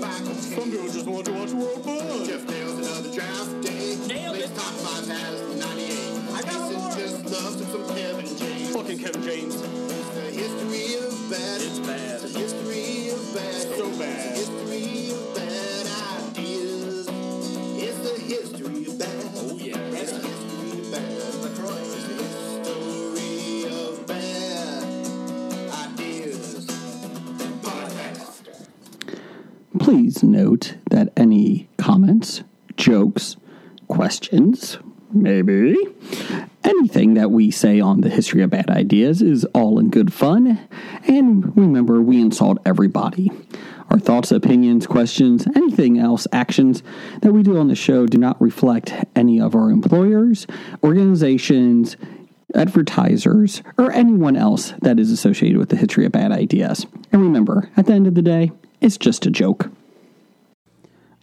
Some people just want to watch the world burn. Jeff nailed another draft day. Nailed Makes it. top five has the 98. I got Mason one. just loves him some Kevin James. Fucking Kevin James. It's the history of bad. It's bad. It's the history of bad. So bad. It's the history of bad ideas. It's the history of bad. Oh, yeah. It's the history of bad. It's the history of bad ideas. Podcast. Please note that any comments, jokes, questions, maybe anything that we say on the history of bad ideas is all in good fun. And remember, we insult everybody. Our thoughts, opinions, questions, anything else, actions that we do on the show do not reflect any of our employers, organizations, advertisers, or anyone else that is associated with the history of bad ideas. And remember, at the end of the day, it's just a joke.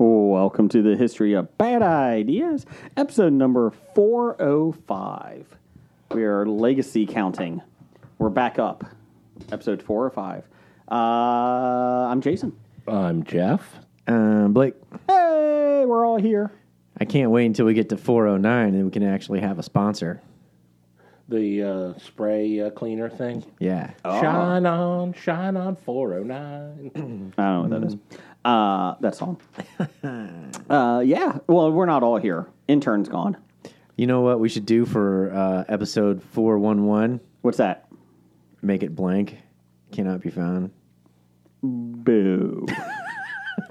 Welcome to the History of Bad Ideas, episode number 405. We are legacy counting. We're back up, episode 405. Uh, I'm Jason. I'm Jeff. Um, Blake, Hey, we're all here. I can't wait until we get to 409 and we can actually have a sponsor. The uh, spray uh, cleaner thing. Yeah. Oh. Shine on, shine on 409. I don't know what that is. Mm. Uh, that song. uh, yeah. Well, we're not all here. Intern's gone. You know what we should do for uh, episode 411? What's that? Make it blank. Cannot be found. Boo.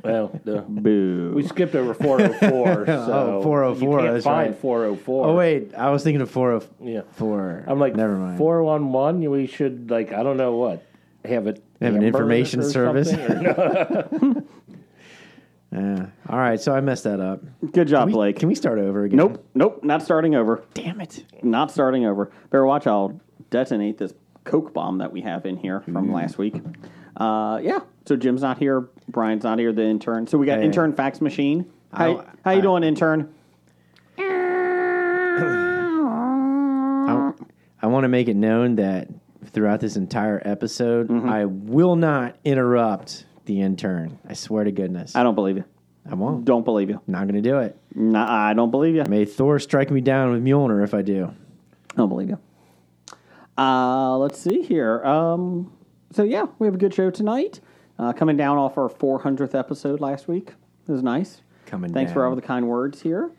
well, the, Boo. we skipped over 404. So Oh, 404, You can't that's find right. 404. Oh, wait. I was thinking of 404. Yeah. I'm I'm like, never mind. 411, we should, like, I don't know what, have it. Have an hammered information or service. something, or no? Yeah. All right. So I messed that up. Good job, Can we, Blake. can we start over again? Nope. Nope. Not starting over. Damn it. Not starting over. Better watch. I'll detonate this Coke bomb that we have in here Mm. from last week. Uh, yeah. So Jim's not here. Brian's not here. The intern. So we got Hey. intern fax machine. I'll- How, how you I- doing, intern? I, want to make it known that throughout this entire episode, Mm-hmm. I will not interrupt the intern. I swear to goodness. I don't believe you. I won't. Don't believe you. Not going to do it. No, I don't believe you. May Thor strike me down with Mjolnir if I do. Don't believe you. Uh, let's see here. Um, so yeah, we have a good show tonight. Uh, coming down off our 400th episode last week. It was nice. Coming Thanks for down. all the kind words here.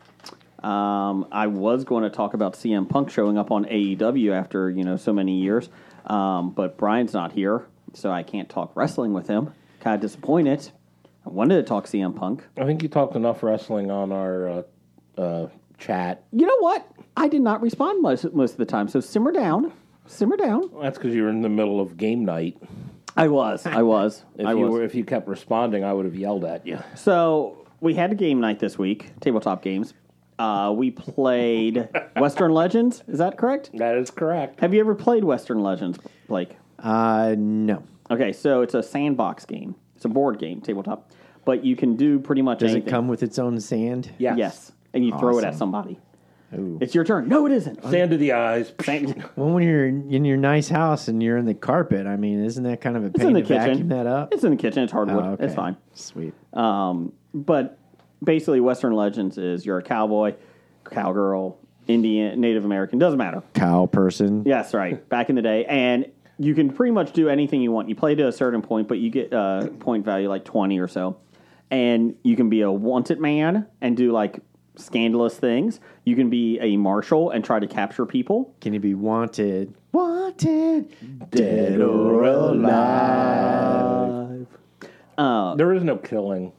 Um, I was going to talk about CM Punk showing up on AEW after you know so many years, um, but Brian's not here, so I can't talk wrestling with him. Kind of disappointed. I wanted to talk CM Punk. I think you talked enough wrestling on our uh, uh, chat. You know what? I did not respond most, most of the time. So simmer down, simmer down. That's because you were in the middle of game night. I was. I was. If I you was. were, if you kept responding, I would have yelled at you. So we had a game night this week, tabletop games. Uh, we played Western Legends. Is that correct? That is correct. Have you ever played Western Legends, Blake? Uh, no. Okay, so it's a sandbox game. It's a board game, tabletop, but you can do pretty much Does anything. it come with its own sand? Yes. Yes, and you throw it at Awesome. Oh, somebody. It's your turn. No, it isn't. Sand to the eyes. Sand- Well, when you're in your nice house and you're in the carpet, I mean, isn't that kind of a It's pain in the to kitchen. vacuum that up? It's in the kitchen. It's hardwood. Oh, okay. It's fine. Sweet. Um, but basically, Western Legends is you're a cowboy, cowgirl, Indian, Native American. Doesn't matter. Cow person. Yes, right. Back in the day, and you can pretty much do anything you want. You play to a certain point, but you get uh, point value like twenty or so, and you can be a wanted man and do like scandalous things. You can be a marshal and try to capture people. Can you be wanted? Wanted. Dead or alive. There is no killing.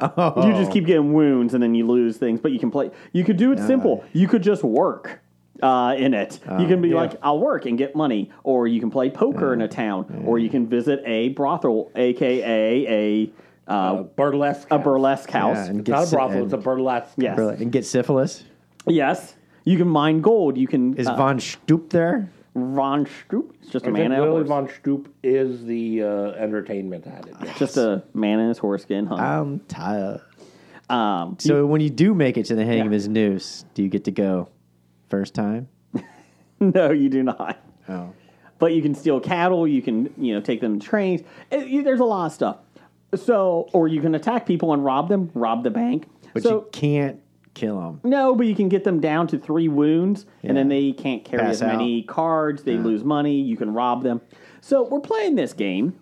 Oh. You just keep getting wounds, and then you lose things. But you can play. You could do it simple. You could just work. Uh, in it, you can be like, "I'll work and get money," or you can play poker in a town, or you can visit a brothel, aka a uh, A burlesque. a burlesque house. Yeah, and It's not a get brothel. and- It's a burlesque. yes. Really? And get syphilis? Yes. You can mine gold. You can. Is uh, Von Stoop there? Von Stroop? It's just a I man think and a Willy horse. von Stoop is the uh, entertainment added. just a man and his horse skin. Huh? I'm tired. Um, Uh, So when you do make it to the hang of his noose, do you get to go first time? no, you do not. Oh. Eh, But you can steal cattle. You can you know take them to trains. It- you- there's a lot of stuff. So, or you can attack people and rob them, rob the bank. But so, you can't kill them. no, but you can get them down to three wounds, and then they can't carry Pass as many cards. They lose money. You can rob them. So we're playing this game.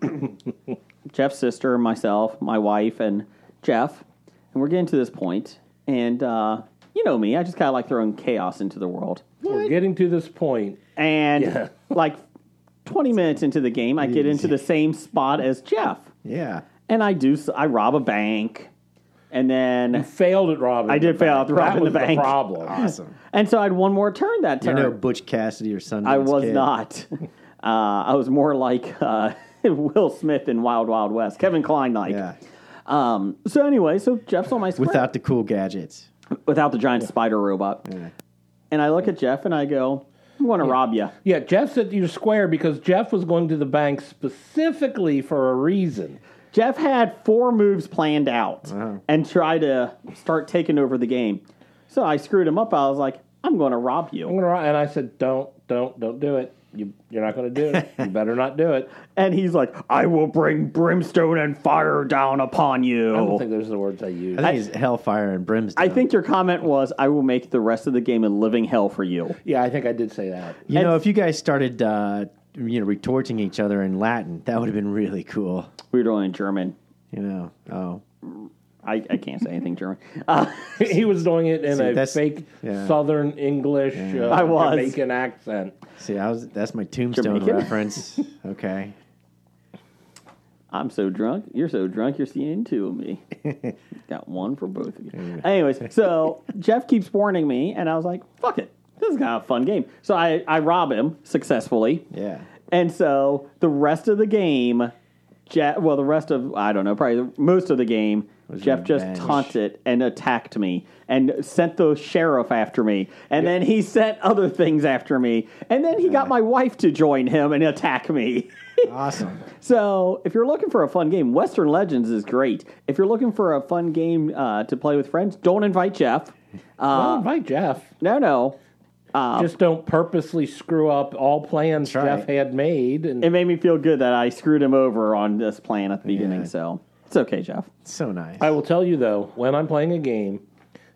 Jeff's sister, myself, my wife, and Jeff, and we're getting to this point. And uh, you know me, I just kind of like throwing chaos into the world. We're getting to this point. And Yeah. like twenty minutes into the game, I get into the same spot as Jeff, Yeah. and I do. s- I rob a bank, and then Failed at robbing. I the did fail bank. at robbing that was the bank. problem. Awesome. and so I had one more turn that You're turn. no Butch Cassidy or something. I was not. Uh, I was more like uh, Will Smith in Wild Wild West, Kevin Klein like. Yeah. Um, so anyway, so Jeff's on my square Without the cool gadgets. without the giant spider robot, and I look at Jeff and I go, "I'm going to rob you." Yeah, Jeff said you're square because Jeff was going to the bank specifically for a reason. Jeff had four moves planned out and try to start taking over the game. So I screwed him up. I was like, "I'm going to rob I'm you," gonna ro- And I said, don't, don't, don't do it. You, you're not going to do it. You better not do it. and he's like, "I will bring brimstone and fire down upon you." I don't think those are the words I used. I think it's hellfire and brimstone. I think your comment was, "I will make the rest of the game a living hell for you." yeah, I think I did say that. you know if you guys started uh, you know retorting each other in Latin, that would have been really cool. We were doing it in German. You know. Oh. I, I can't say anything German. Uh, he was doing it in See, a that's- fake yeah. Southern English uh, I was. Jamaican accent. See, I was, that's my tombstone Jamaican? reference. Okay. I'm so drunk. You're so drunk. You're seeing two of me. Got one for both of you. Anyways, so Jeff keeps warning me, and I was like, "Fuck it, this is kind of a fun game." So I I rob him successfully, Yeah. and so the rest of the game, Jeff. Well, the rest of I don't know, probably most of the game. Jeff just revenge. taunted and attacked me and sent the sheriff after me. And then he sent other things after me. And then he got my wife to join him and attack me. Awesome. So, if you're looking for a fun game, Western Legends is great. If you're looking for a fun game uh, to play with friends, don't invite Jeff. Don't invite Jeff. No, no. Just don't purposely screw up all plans That's right. Jeff had made. And It made me feel good that I screwed him over on this plan at the beginning. Yeah. So, it's okay, Jeff. So nice. I will tell you though, when I'm playing a game,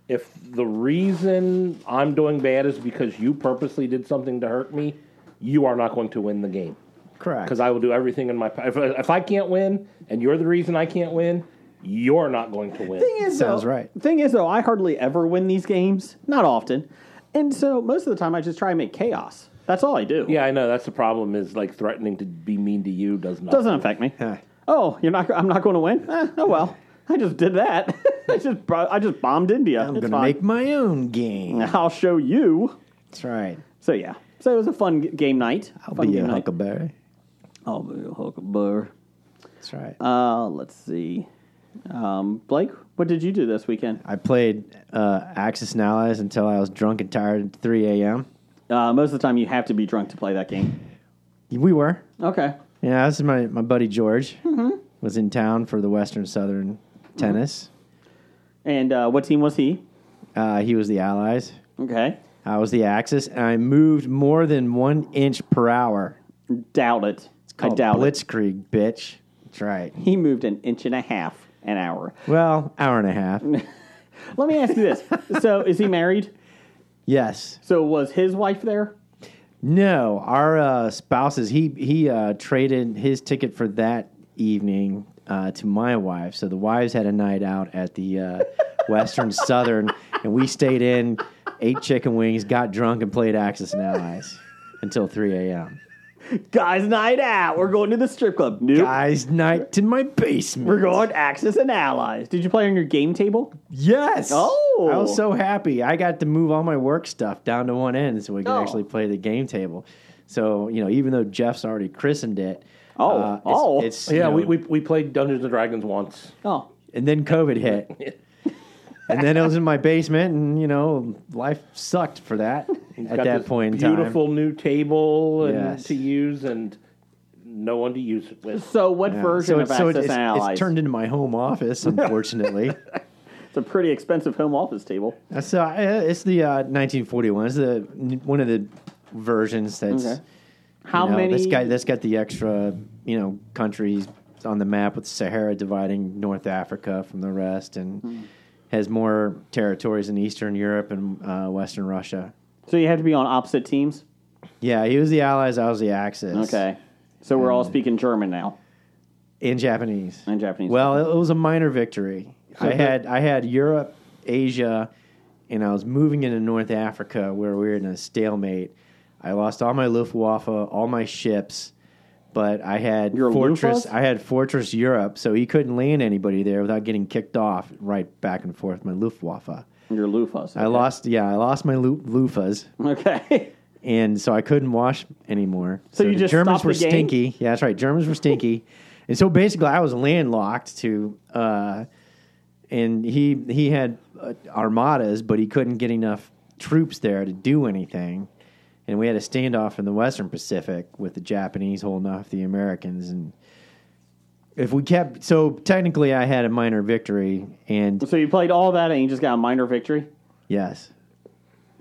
if the reason I'm doing bad is because you purposely did something to hurt me, you are not going to win the game. Correct. Because I will do everything in my power. If, if I can't win, and you're the reason I can't win, you're not going to win. Thing is, Sounds though- right. Thing is, though, I hardly ever win these games. Not often. And so, most of the time, I just try and make chaos. That's all I do. Yeah, I know. That's the problem. Is like threatening to be mean to you does not. doesn't affect me. Huh. Oh, you're not. I'm not going to win. Eh, oh well, I just did that. I just bro- I just bombed India. I'm It's going to fine. make my own game. I'll show you. That's right. So yeah, so it was a fun g- game night. I'll fun be game a night. huckleberry. I'll be a huckleberry. That's right. Uh, let's see, um, Blake, what did you do this weekend? I played uh, Axis and Allies until I was drunk and tired at 3 a.m. Uh, most of the time, you have to be drunk to play that game. We were. Okay, Yeah, this is my, my buddy George. Mm-hmm. Was in town for the Western Southern tennis. and uh, what team was he? Uh, he was the Allies. Okay, I was the Axis, and I moved more than one inch per hour. doubt it. I called doubt it. Blitzkrieg, bitch. That's right. He moved an inch and a half an hour. Well, hour and a half. Let me ask you this: So, is he married? yes. So, was his wife there? No, our uh, spouses. He he uh, traded his ticket for that evening uh, to my wife. So the wives had a night out at the uh, Western Southern, and we stayed in, ate chicken wings, got drunk, and played Axis and Allies until three a.m. Guys' night out. We're going to the strip club. Nope. Guys' night to my basement. We're going Axis and Allies. Did you play on your game table? Yes. Oh. I was so happy. I got to move all my work stuff down to one end so we could Oh. actually play the game table. So, you know, even though Jeff's already christened it. Oh. it's, Oh. It's, you Yeah, know, we, we we played Dungeons and Dragons once. Oh, And then COVID hit. and then it was in my basement, and, you know, life sucked for that at Got that this point in beautiful new table and Yes. to use, and no one to use it with. so what time. version so of it's, so Axis it's, and Allies? it's turned into my home office, unfortunately. It's a pretty expensive home office table. So uh, it's the uh, 1941. It's the one of the versions that's Okay. How you know, many? This guy, that's got the extra, you know, countries on the map with Sahara dividing North Africa from the rest, and Hmm. has more territories in Eastern Europe and uh, Western Russia. So you have to be on opposite teams. Yeah, he was the Allies. I was the Axis. Okay. So we're all speaking German now in Japanese. and Japanese. Well, it, it was a minor victory. I had I had Europe, Asia, and I was moving into North Africa where we were in a stalemate. I lost all my Luftwaffe, all my ships, but I had Your fortress. Luftwaffe? I had fortress Europe, so he couldn't land anybody there without getting kicked off right back and forth. My Luftwaffe. your loofahs. I lost. Yeah, I lost my lu- Lufas, Okay. and so I couldn't wash anymore. So you the just Germans stopped were the game? stinky. Yeah, that's right. Germans were stinky, and so basically I was landlocked to, uh, and he he had uh, armadas, but he couldn't get enough troops there to do anything, and we had a standoff in the Western Pacific with the Japanese holding off the Americans, and if we kept so technically I had a minor victory, and so you played all that and you just got a minor victory. yes,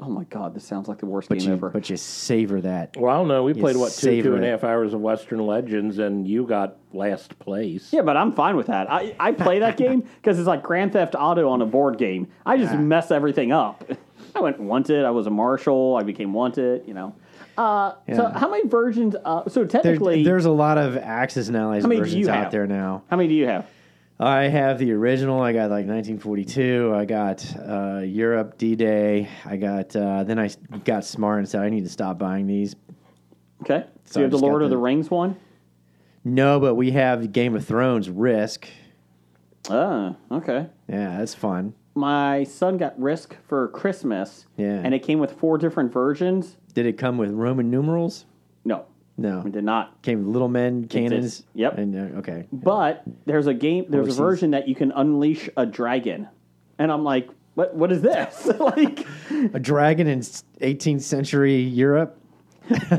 Oh my god, this sounds like the worst but game you ever. but you savor that. Well, I don't know. We played what two, savor two and a it. half hours of Western Legends, and you got last place. yeah, but I'm fine with that. I, I play that game because it's like Grand Theft Auto on a board game. I just mess everything up. I went wanted. I was a marshal. I became wanted. You know. Uh, So Yeah. how many versions? Uh, so There- technically, there's a lot of Axis and Allies How many do versions you out have? there now. how many do you have? I have the original. I got like 1942. I got uh, Europe D Day. I got uh, then I s- got smart and said I need to stop buying these. Okay. So, So you I have the just got Lord of the- the Rings one. No, but we have Game of Thrones Risk. Oh, okay. Yeah, that's fun. My son got Risk for Christmas. Yeah. And it came with four different versions. Did it come with Roman numerals? No, No, it did not. came with little men cannons. Yep. And uh, okay, But there's a game, there's Horses. a version that you can unleash a dragon, and I'm like, what? What is this? like, a dragon in s- 18th century Europe.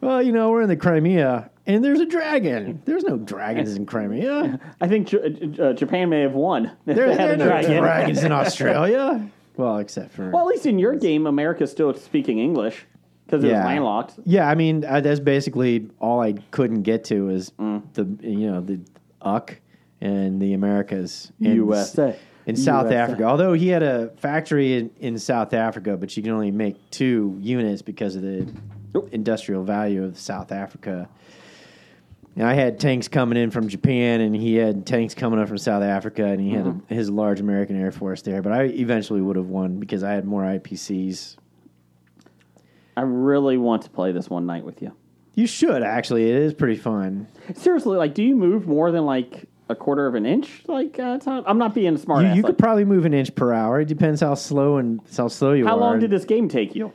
well, you know we're in the Crimea, and there's a dragon. There's no dragons in Crimea. I think J- uh, Japan may have won. if There, they there had are a no dragon. dragons in Australia. Well, except for Well, at least in your game, America's still speaking English because it was yeah, landlocked. Yeah, I mean I, that's basically all I couldn't get to is Mm. the you know the UC and the Americas, and USA. in South USA. Africa. Although he had a factory in, in South Africa, but you can only make two units because of the industrial value of South Africa. And I had tanks coming in from Japan, and he had tanks coming up from South Africa, and he had Mm-hmm. a, his large American Air Force there. But I eventually would have won because I had more IPCs. I really want to play this one night with you. You should actually; it is pretty fun. Seriously, like, do you move more than like a quarter of an inch? Like, uh, Tom? I'm not being smart. You, ass, you like, could probably move an inch per hour. It depends how slow and how slow you how are. long did this game take you?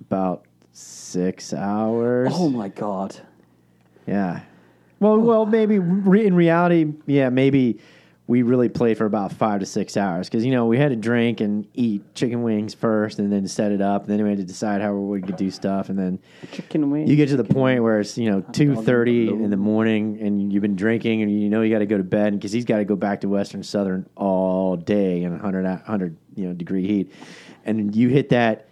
About six hours. Oh my god! Yeah. Well, well, maybe re- in reality, yeah, maybe we really played for about five to six hours because you know we had to drink and eat chicken wings first, and then set it up, and then we had to decide how we could do stuff, and then Chicken wing. you get to the point where it's you know two thirty in the morning, and you've been drinking, and you know you got to go to bed because he's got to go back to Western Southern all day in 100, 100 you know degree heat, and you hit that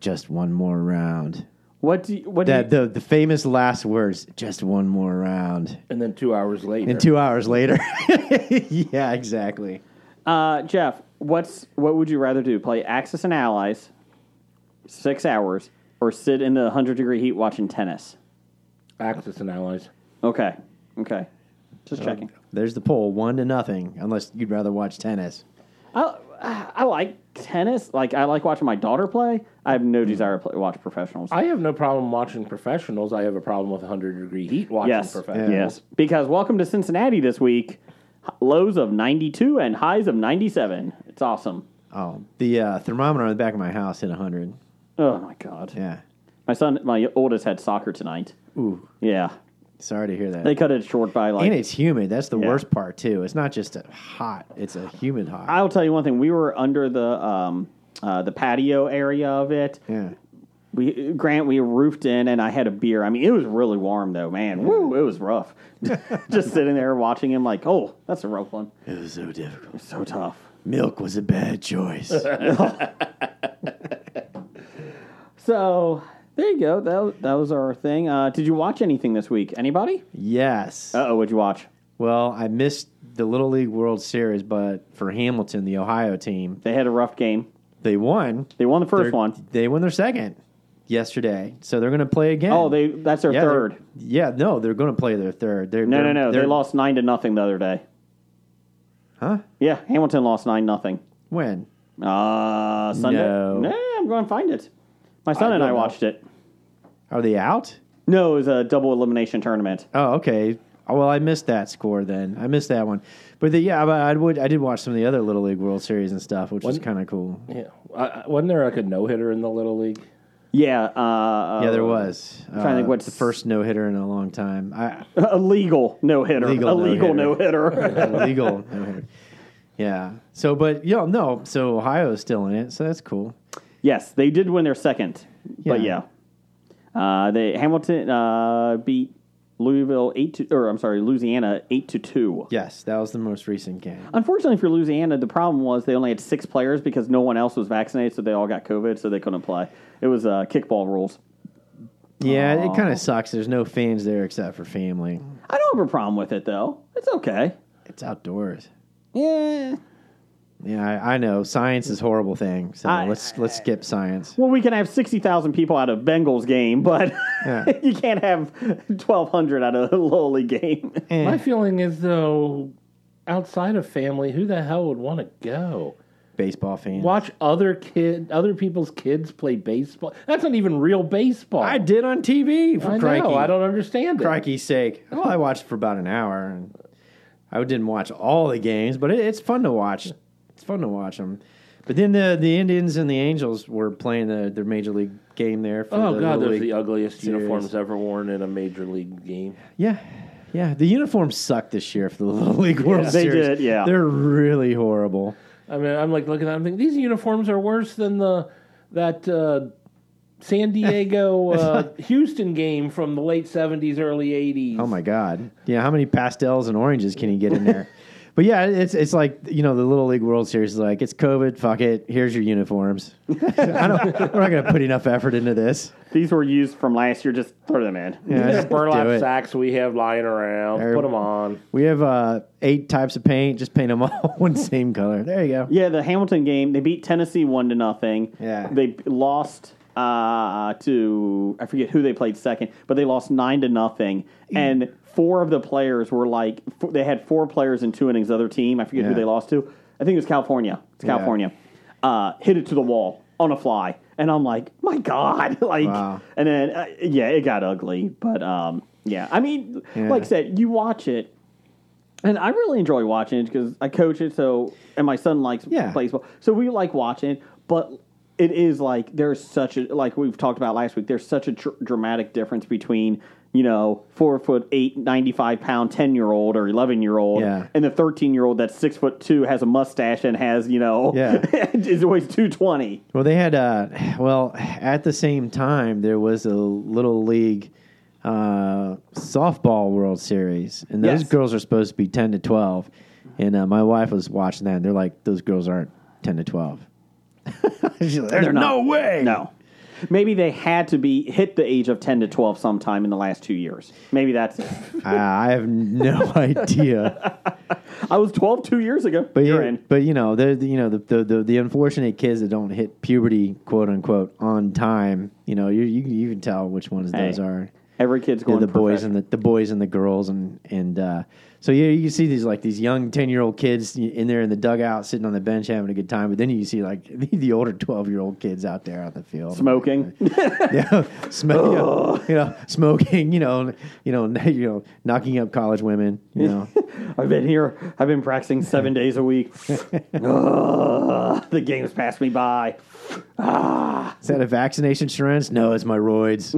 just one more round. what do you, what do That you, the the famous last words, just one more round. And then two hours later, And two hours later. yeah, exactly. Uh, Jeff, what's what would you rather do? Play Axis and Allies, six hours, or sit in the hundred degree heat watching tennis? Axis and Allies. Okay, okay, just checking. There's the poll, one to nothing, unless you'd rather watch tennis. I I like tennis. Like I like watching my daughter play. I have Mm. no desire to play, watch professionals. I have no problem watching professionals. I have a problem with 100 degree heat watching yes, professionals. yes, because welcome to Cincinnati this week. H- Lows of ninety two and highs of ninety seven. It's awesome. Oh, the uh, thermometer on the back of my house hit 100. Oh my god, Yeah. my son, my oldest had soccer tonight. Ooh, Yeah, sorry to hear that. they cut it short by like and it's humid. That's the Yeah. worst part, too. It's not just a hot, it's a humid hot. I'll tell you one thing. We were under the um, uh, the patio area of it. yeah. We Grant, we roofed in, and I had a beer. I mean, it was really warm though, man. Woo, it was rough. Just sitting there watching him, like, oh, that's a rough one. It was so difficult. So tough. Milk was a bad choice. So There you go. That, was- that was our thing. Uh, did you watch anything this week? Anybody? Yes. Uh oh, what'd you watch? Well, I missed the Little League World Series, but for Hamilton, the Ohio team, They had a rough game. they won. They won the 1st They're- one. They won their second yesterday, so they're going to play again. Oh, they that's their Yeah, they're- third. Yeah, no, they're going to play their third. They're, No, they're, no, no. They they're- lost nine to nothing the other day. Huh? Yeah, Hamilton lost nine nothing. When? Uh Sunday. No. Nah, I'm going to find it. My son I and I don't know. watched it. Are they out? No, it was a double elimination tournament. Oh, okay. Oh, Well, I missed that score then. I missed that one. But the, yeah, but I would. I did watch some of the other Little League World Series and stuff, which was kind of cool. Yeah, I, I- wasn't there like a no hitter in the little league? Yeah. Uh, yeah, there was. I'm trying to think what's- the first no hitter in a long time. I, a legal no hitter. Legal A legal no no-hitter. hitter. illegal no hitter. Yeah. So, but you know, no. So Ohio's still in it, so that's cool. yes, they did win their second. But yeah, Yeah. uh, they Hamilton uh, beat Louisville eight to, or I'm sorry, Louisiana eight to two. Yes, that was the most recent game. Unfortunately for Louisiana, the problem was they only had six players because no one else was vaccinated, so they all got COVID, so they couldn't play. It was uh, kickball rules. Yeah, it kind of sucks. There's no fans there except for family. I don't have a problem with it though. It's okay. It's outdoors. Yeah. Yeah, I, I know. Science is a horrible thing. So I- let's let's skip science. Well, we can have sixty thousand people out of Bengals game, but Yeah. you can't have twelve hundred out of a lowly game. Eh. My feeling is though, outside of family, who the hell would want to go? Baseball fans. Watch other kid, other people's kids play baseball. That's not even real baseball. I did on TV for I crikey. know. I don't understand it. crikey's sake. Well, I watched for about an hour, and I didn't watch all the games, but it, it's fun to watch. It's fun to watch them. But then the the Indians and the Angels were playing the, their major league game there. For Oh the Little god, those are League. the ugliest series. uniforms ever worn in a major league game. yeah, yeah. The uniforms sucked this year for the Little League World they Series. did, yeah. they're really horrible. I mean, I'm like looking at them thinking these uniforms are worse than the that uh, San Diego uh, Houston game from the late 70s, early 80s. Oh my god! Yeah, how many pastels and oranges can you get in there? but yeah, it's it's like you know the Little League World Series is like it's COVID. Fuck it. Here's your uniforms. I don't, we're not going to put enough effort into this. These were used from last year. Just throw them in. Yeah, These just do burlap it. sacks we have lying around. There- Put them on. We have uh, eight types of paint. Just paint them all one same color. There you go. Yeah, the Hamilton game. They beat Tennessee one to nothing. Yeah. they lost uh, to I forget who they played second, but they lost nine to nothing. Mm. And four of the players were like f- they had four players in two innings. The other team, I forget who Yeah. they lost to. I think it was California. It's Yeah. California. Uh, hit it to the wall on a fly, and I'm like, my God, like, Wow. and then uh, yeah, it got ugly. But um, yeah, I mean, Yeah. like I said, you watch it. And I really enjoy watching it because I coach it, so and my son likes Yeah. baseball, so we like watching it. But it is like there's such a like we've talked about last week. There's such a dr- dramatic difference between you know four foot eight, 95 pound, ten year old or eleven year old, Yeah. and the thirteen year old that's six foot two has a mustache and has you know Yeah. is always two twenty. Well, they had uh, well at the same time there was a little league uh, softball World Series, and those Yes. girls are supposed to be ten to twelve. And uh, my wife was watching that, and they're like, "Those girls aren't ten to 12. She's like, There's no not. way. No. Maybe they had to be hit the age of ten to twelve sometime in the last two years. Maybe that's it. Ah, I, I have no idea. I was 12 two years ago. But You're yeah, in. but you know, the the- you know the, the the the unfortunate kids that don't hit puberty, quote unquote, on time. You know, you you, you can tell which ones Hey. those are. Every kid's Yeah, going the boys professional. and the, the boys and the girls and and uh, so yeah, you see these like these young ten year old kids in there in the dugout sitting on the bench having a good time, but then you see like the, the older twelve year old kids out there on the field smoking. yeah, sm- you, know, you know, smoking, you know, you know, you know, knocking up college women, you know. I've been here. I've been practicing seven days a week. Ugh, the game's passed me by. Ah, Is that a vaccination insurance? No, it's my roids.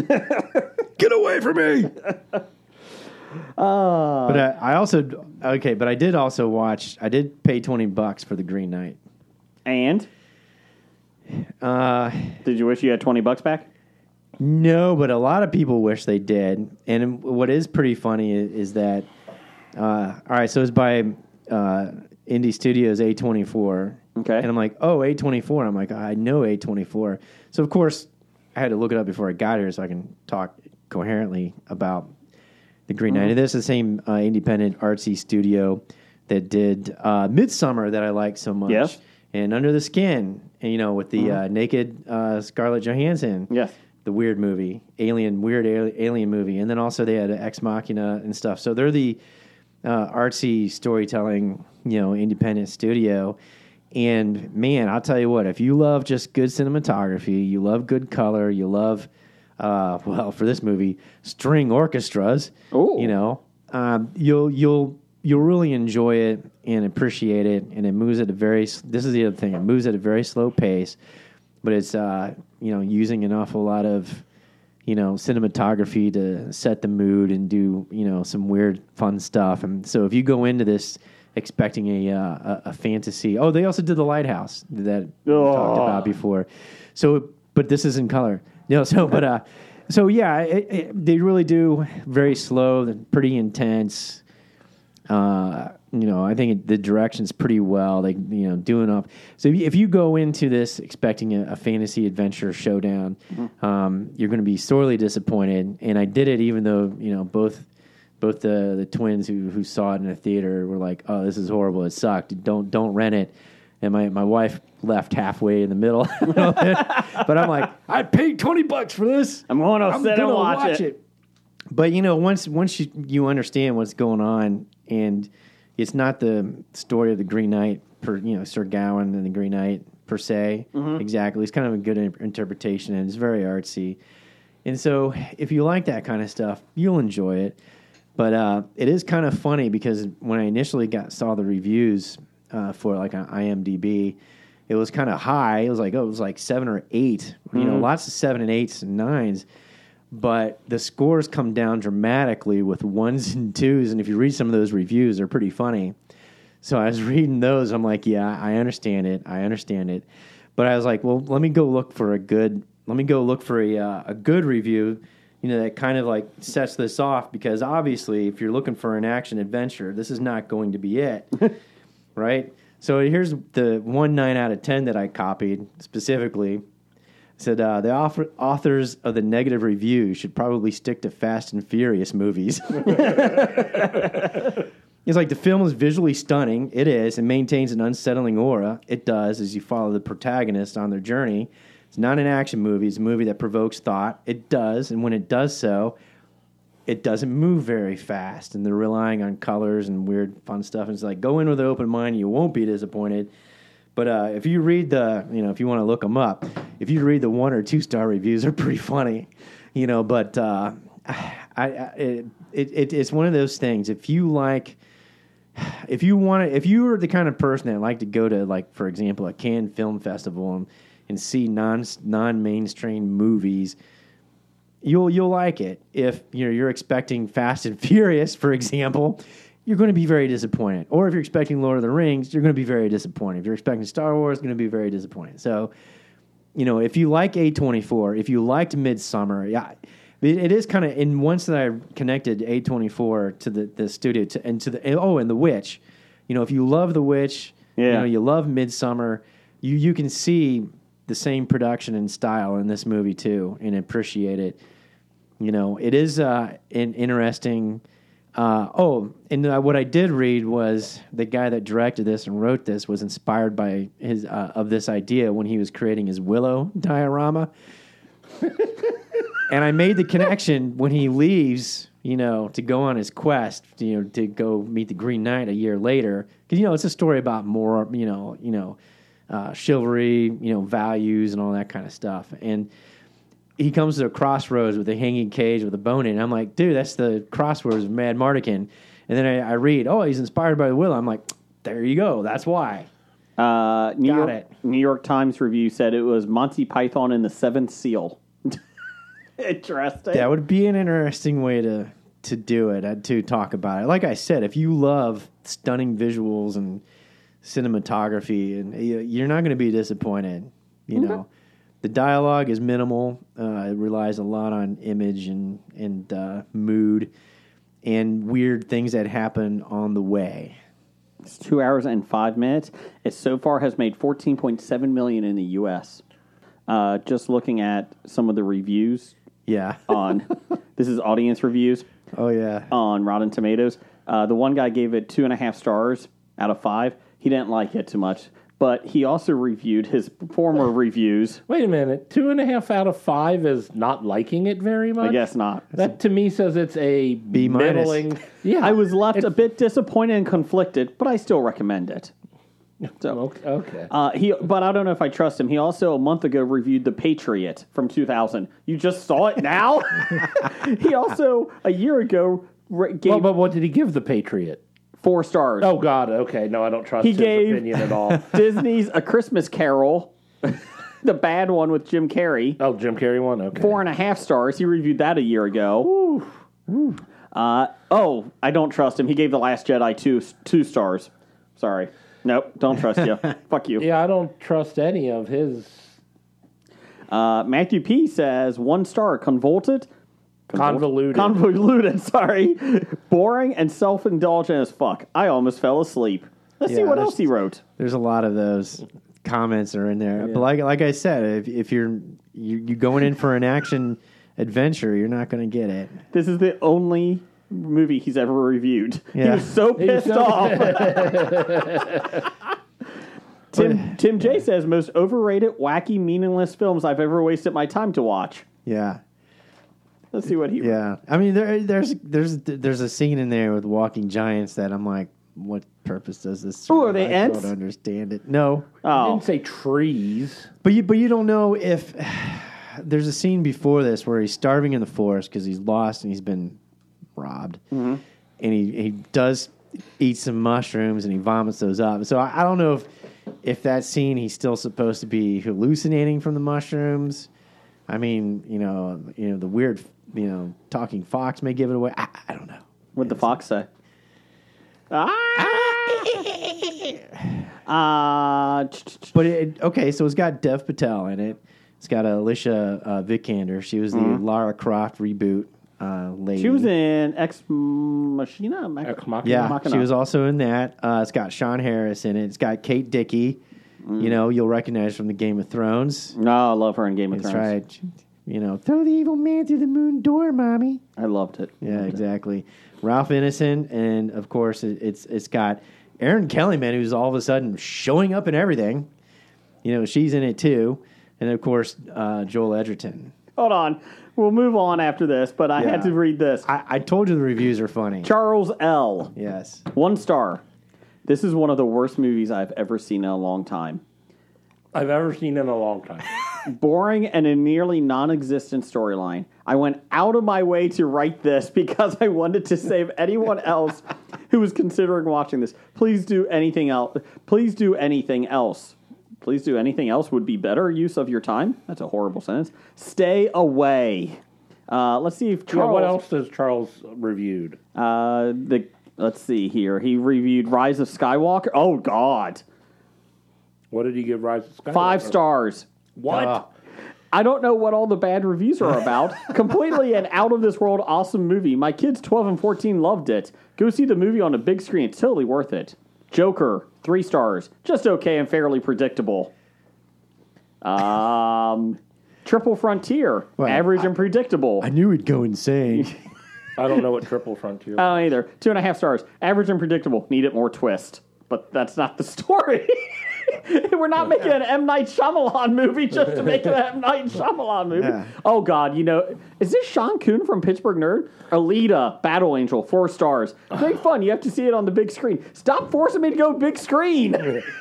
Get away from me! Ah. but I, I also okay, but I did also watch. I did pay twenty bucks for the Green Knight. And Uh, did you wish you had twenty bucks back? no, but a lot of people wish they did. And what is pretty funny is, is that uh, all right. So it's by uh, Indie Studios A twenty four. Okay. and I'm like, oh, A twenty four. I'm like, I know A twenty four. So of course. I had to look it up before I got here so I can talk coherently about the Green Mm-hmm. Knight. And this is the same uh, independent artsy studio that did uh, Midsummer that I like so much. Yes. And Under the Skin, and you know, with the uh, naked uh, Scarlett Johansson. Mm-hmm. Yes. The weird movie, alien, weird al- alien movie, and then also they had Ex Machina and stuff. So they're the uh, artsy storytelling, you know, independent studio. And man, I'll tell you what, if you love just good cinematography, you love good color, you love, uh, well, for this movie, string orchestras, Ooh. you know, um, you'll, you'll, you'll really enjoy it and appreciate it. And it moves at a very, s- this is the other thing, it moves at a very slow pace, but it's, uh, you know, using an awful lot of, you know, cinematography to set the mood and do, you know, some weird fun stuff. And so if you go into this expecting a uh, a, a fantasy, oh, they also did the lighthouse that we talked about before. So but this is in color. No, so but uh so yeah, it, it, they really do very slow, pretty intense uh, you know, I think it, the direction's pretty well. They, you know, doing up. So if you, if you go into this expecting a, a fantasy adventure showdown, Mm-hmm. um, you're going to be sorely disappointed. And I did it, even though you know both both the the twins who who saw it in a theater were like, "Oh, this is horrible. It sucked. Don't don't rent it." And my, my wife left halfway in the middle, but I'm like, I paid twenty bucks for this. I'm gonna sit and gonna watch it." but you know once once you, you understand what's going on and it's not the story of the green knight per you know sir gawain and the green knight per se exactly it's kind of a good in- interpretation and it's very artsy and so if you like that kind of stuff you'll enjoy it but uh, it is kind of funny because when i initially got saw the reviews uh, for like on imdb it was kind of high it was like oh it was like seven or 8 you know lots of seven and eights and nines but the scores come down dramatically with ones and twos. And if you read some of those reviews, they're pretty funny. So I was reading those. I'm like, yeah, I understand it. I understand it. But I was like, well, let me go look for a good. Let me go look for a uh, a good review. You know, that kind of like sets this off because obviously, if you're looking for an action adventure, this is not going to be it. right? So here's the one nine out of ten that I copied specifically. It said uh, the author, authors of the negative review should probably stick to Fast and Furious movies. It's like the film is visually stunning. It is. It maintains an unsettling aura. It does as you follow the protagonist on their journey. It's not an action movie. It's a movie that provokes thought. It does, and when it does so, it doesn't move very fast. And they're relying on colors and weird fun stuff. And it's like go in with an open mind. You won't be disappointed. But uh, if you read the, you know, if you want to look them up, if you read the one or two star reviews, they're pretty funny, you know. But uh, I, I it, it, it's one of those things. If you like if you want to, if you were the kind of person that liked to go to like for example a Cannes Film Festival and, and see non non mainstream movies, you'll you'll like it. If you know you're expecting Fast and Furious, for example, you're going to be very disappointed. Or if you're expecting Lord of the Rings, you're going to be very disappointed. If you're expecting Star Wars, you're going to be very disappointed. So you know, if you like A24, if you liked Midsummer, yeah, it, it is kind of in once that I connected A24 to the, the studio to, and to the and- oh and the Witch, you know, if you love the Witch, you Yeah. know, you love Midsummer, you you can see the same production and style in this movie too and appreciate it. You know, it is uh, an interesting. Uh, oh, and uh, what I did read was the guy that directed this and wrote this was inspired by his uh, of this idea when he was creating his Willow diorama. and I made the connection when he leaves, you know, to go on his quest, you know, to go meet the Green Knight a year later, because you know it's a story about more, you know, you know, uh, chivalry, you know, values and all that kind of stuff, and he comes to a crossroads with a hanging cage with a bone in. it. I'm like, dude, that's the crossroads of Mad Mardigan. And then I, I read, oh, he's inspired by the Willow. I'm like, there you go. That's why. Uh, New Got York, it. New York Times review said it was Monty Python and the Seventh Seal. Interesting. That would be an interesting way to to do it. uh, To talk about it. Like I said, if you love stunning visuals and cinematography, and you- you're not going to be disappointed. You know, the dialogue is minimal. Uh, it relies a lot on image and and uh, mood and weird things that happen on the way. It's two hours and five minutes. It so far has made 14.7 million in the U.S. uh, just looking at some of the reviews Yeah. on this is audience reviews Oh yeah. on Rotten Tomatoes. Uh, the one guy gave it two and a half stars out of five. He didn't like it too much, but he also reviewed his former reviews. Wait a minute. Two and a half out of five is not liking it very much. I guess not. That to me says it's a B minus. middling. Yeah, I was left a bit disappointed and conflicted, but I still recommend it. So, Okay. okay. Uh, he, but I don't know if I trust him. He also a month ago reviewed The Patriot from 2000. You just saw it now. he also a year ago re- gave well, but what did he give the Patriot? four stars. Oh God. Okay. No, I don't trust He his gave- opinion at all. Disney's A Christmas Carol, the bad one with Jim Carrey, oh, Jim Carrey one. Okay. four and a half stars. He reviewed that a year ago. Uh, oh, I don't trust him. He gave The Last Jedi two two stars. Sorry. Nope, don't trust you. Fuck you. Yeah, I don't trust any of his Uh, Matthew P says one star convoluted, Convoluted. convoluted. Sorry, boring and self indulgent as fuck. I almost fell asleep. Let's see Yeah, what that's- else he wrote. There's a lot of those comments are in there. But like like I said, if if you're you you going in for an action adventure, you're not going to get it. This is the only movie he's ever reviewed. He Yeah. was so pissed so- off. Tim Tim J says most overrated, wacky, meaningless films I've ever wasted my time to watch. Yeah. Let's see what he. Yeah. I mean there there's there's there's a scene in there with walking giants that I'm like what purpose does this Ooh, are serve? they I ants? don't understand it. No. I Oh, didn't say trees. But you, but you don't know if there's a scene before this where he's starving in the forest because he's lost and he's been robbed, and he, he does eat some mushrooms and he vomits those up. So I, I don't know if if that scene he's still supposed to be hallucinating from the mushrooms. I mean, you know, you know the weird, you know, talking fox may give it away. I, I don't know. What'd the fox say? Ah! uh, ch- ch- ch- But it, okay, so it's got Dev Patel in it. It's got Alicia uh, Vikander. She was the Lara Croft reboot uh, lady. Mm-hmm. she was in Ex Machina. Mac- Ex Machina. Yeah, Machina. she was also in that. Uh, it's got Sean Harris in it. It's got Kate Dickey. Mm. You know, you'll recognize from the Game of Thrones. No, I love her in Game of That's Thrones. right. You know, throw the evil man through the moon door, mommy. I loved it. Yeah, exactly. Ralph Innocent, and of course, it, it's it's got Aaron Kellyman, who's all of a sudden showing up in everything. You know, she's in it too, and of course, uh, Joel Edgerton. Hold on. We'll move on after this, but I had Yeah. to read this. I, I told you the reviews are funny. Charles L. Yes, One star. This is one of the worst movies I've ever seen in a long time. I've ever seen in a long time. Boring and a nearly non existent storyline. I went out of my way to write this because I wanted to save anyone else who was considering watching this. Please do anything else. Please do anything else. Please do anything else would be better use of your time. That's a horrible sentence. Stay away. Uh, let's see if Yeah, Charles. what else has Charles reviewed? Uh, the let's see here. He reviewed Rise of Skywalker. Oh God, What did he give Rise of Skywalker? five stars. What? Ah. I don't know what all the bad reviews are about. Completely an out of this world awesome movie. My kids 12 and 14 loved it. Go see the movie on a big screen. It's totally worth it. Joker, three stars. Just okay and fairly predictable. Um, Triple Frontier, Well, average I- and predictable. I knew he'd go insane. I don't know what Triple Frontier. I don't either. Uh, Two and a half stars. Average and predictable. Needed more twist. But that's not the story. We're not making an M. Night Shyamalan movie just to make an M. Night Shyamalan movie. Yeah. Oh, God. You know, is this Sean Kuhn from Pittsburgh Nerd? Alita, Battle Angel, four stars. Great fun. You have to see it on the big screen. Stop forcing me to go big screen.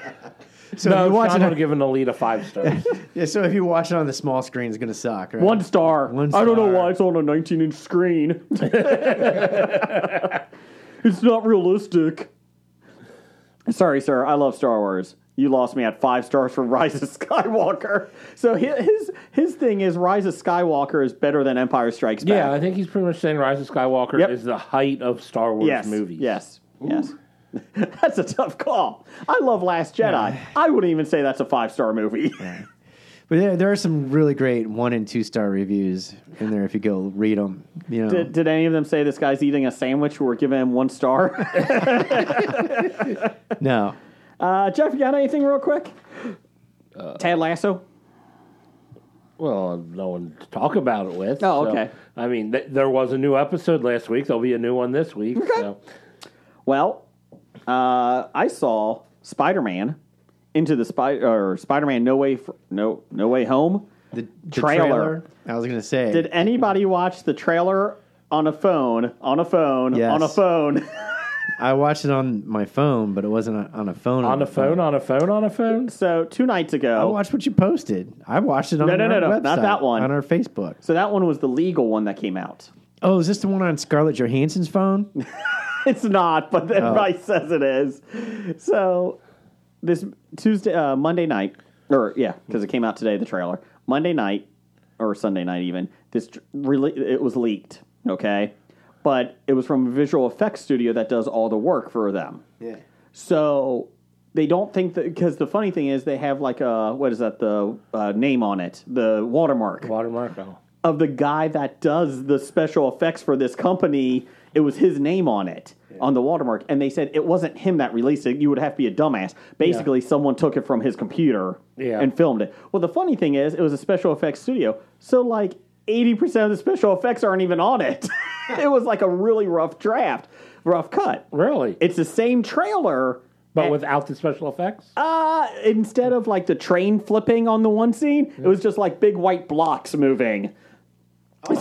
So if no, you watch Sean it, would on, give an Alita five stars. yeah, so if you watch it on the small screen, it's gonna suck. Right? One star. One I don't know star. why it's on a 19 inch screen. it's not realistic. Sorry, sir. I love Star Wars. You lost me at five stars for Rise of Skywalker. So hi- his his thing is Rise of Skywalker is better than Empire Strikes Back. yeah, I think he's pretty much saying Rise of Skywalker Yep. is the height of Star Wars yes, movies. Yes. Yes. that's a tough call. I love Last Jedi. I wouldn't even say that's a five star movie. But yeah, there are some really great one and two star reviews in there if you go read them. You know, did, did any of them say this guy's eating a sandwich? We're giving him one star. no, Uh, Uh, Jeff, you got anything real quick? Tad Lasso. Well, no one to talk about it with. Oh, so, okay. I mean, th- there was a new episode last week. There'll be a new one this week. So. Well, uh, I saw Spider Man into the spider or Spider Man No Way Fr- No No Way Home. The, the Trailer. I was gonna say. Did anybody watch the trailer on a phone? On a phone? Yes. On a phone? I watched it on my phone, but it wasn't on- on a phone. On a phone, on a phone, on a phone. so two nights ago, I watched what you posted. I watched it on No, our no, no, no, website, not that one. on our Facebook. so that one was the legal one that came out. Oh, is this the one on Scarlett Johansson's phone? It's not, but everybody says it is. So this Tuesday, uh, Monday night, or yeah, because it came out today, the trailer. Monday night or Sunday night, even this tr- really it was leaked. Okay, but it was from a visual effects studio that does all the work for them. Yeah. So they don't think that because the funny thing is they have like a what is that the uh, name on it the watermark Watermark. Oh. of the guy that does the special effects for this company. It was his name on it on the watermark, and they said it wasn't him that released it. You would have to be a dumbass. Basically, someone took it from his computer Yeah. and filmed it. Well, the funny thing is, it was a special effects studio, so like eighty percent of the special effects aren't even on it. it was like a really rough draft, rough cut. Really? It's the same trailer. but without the special effects? Uh, instead of like the train flipping on the one scene, it was just like big white blocks moving.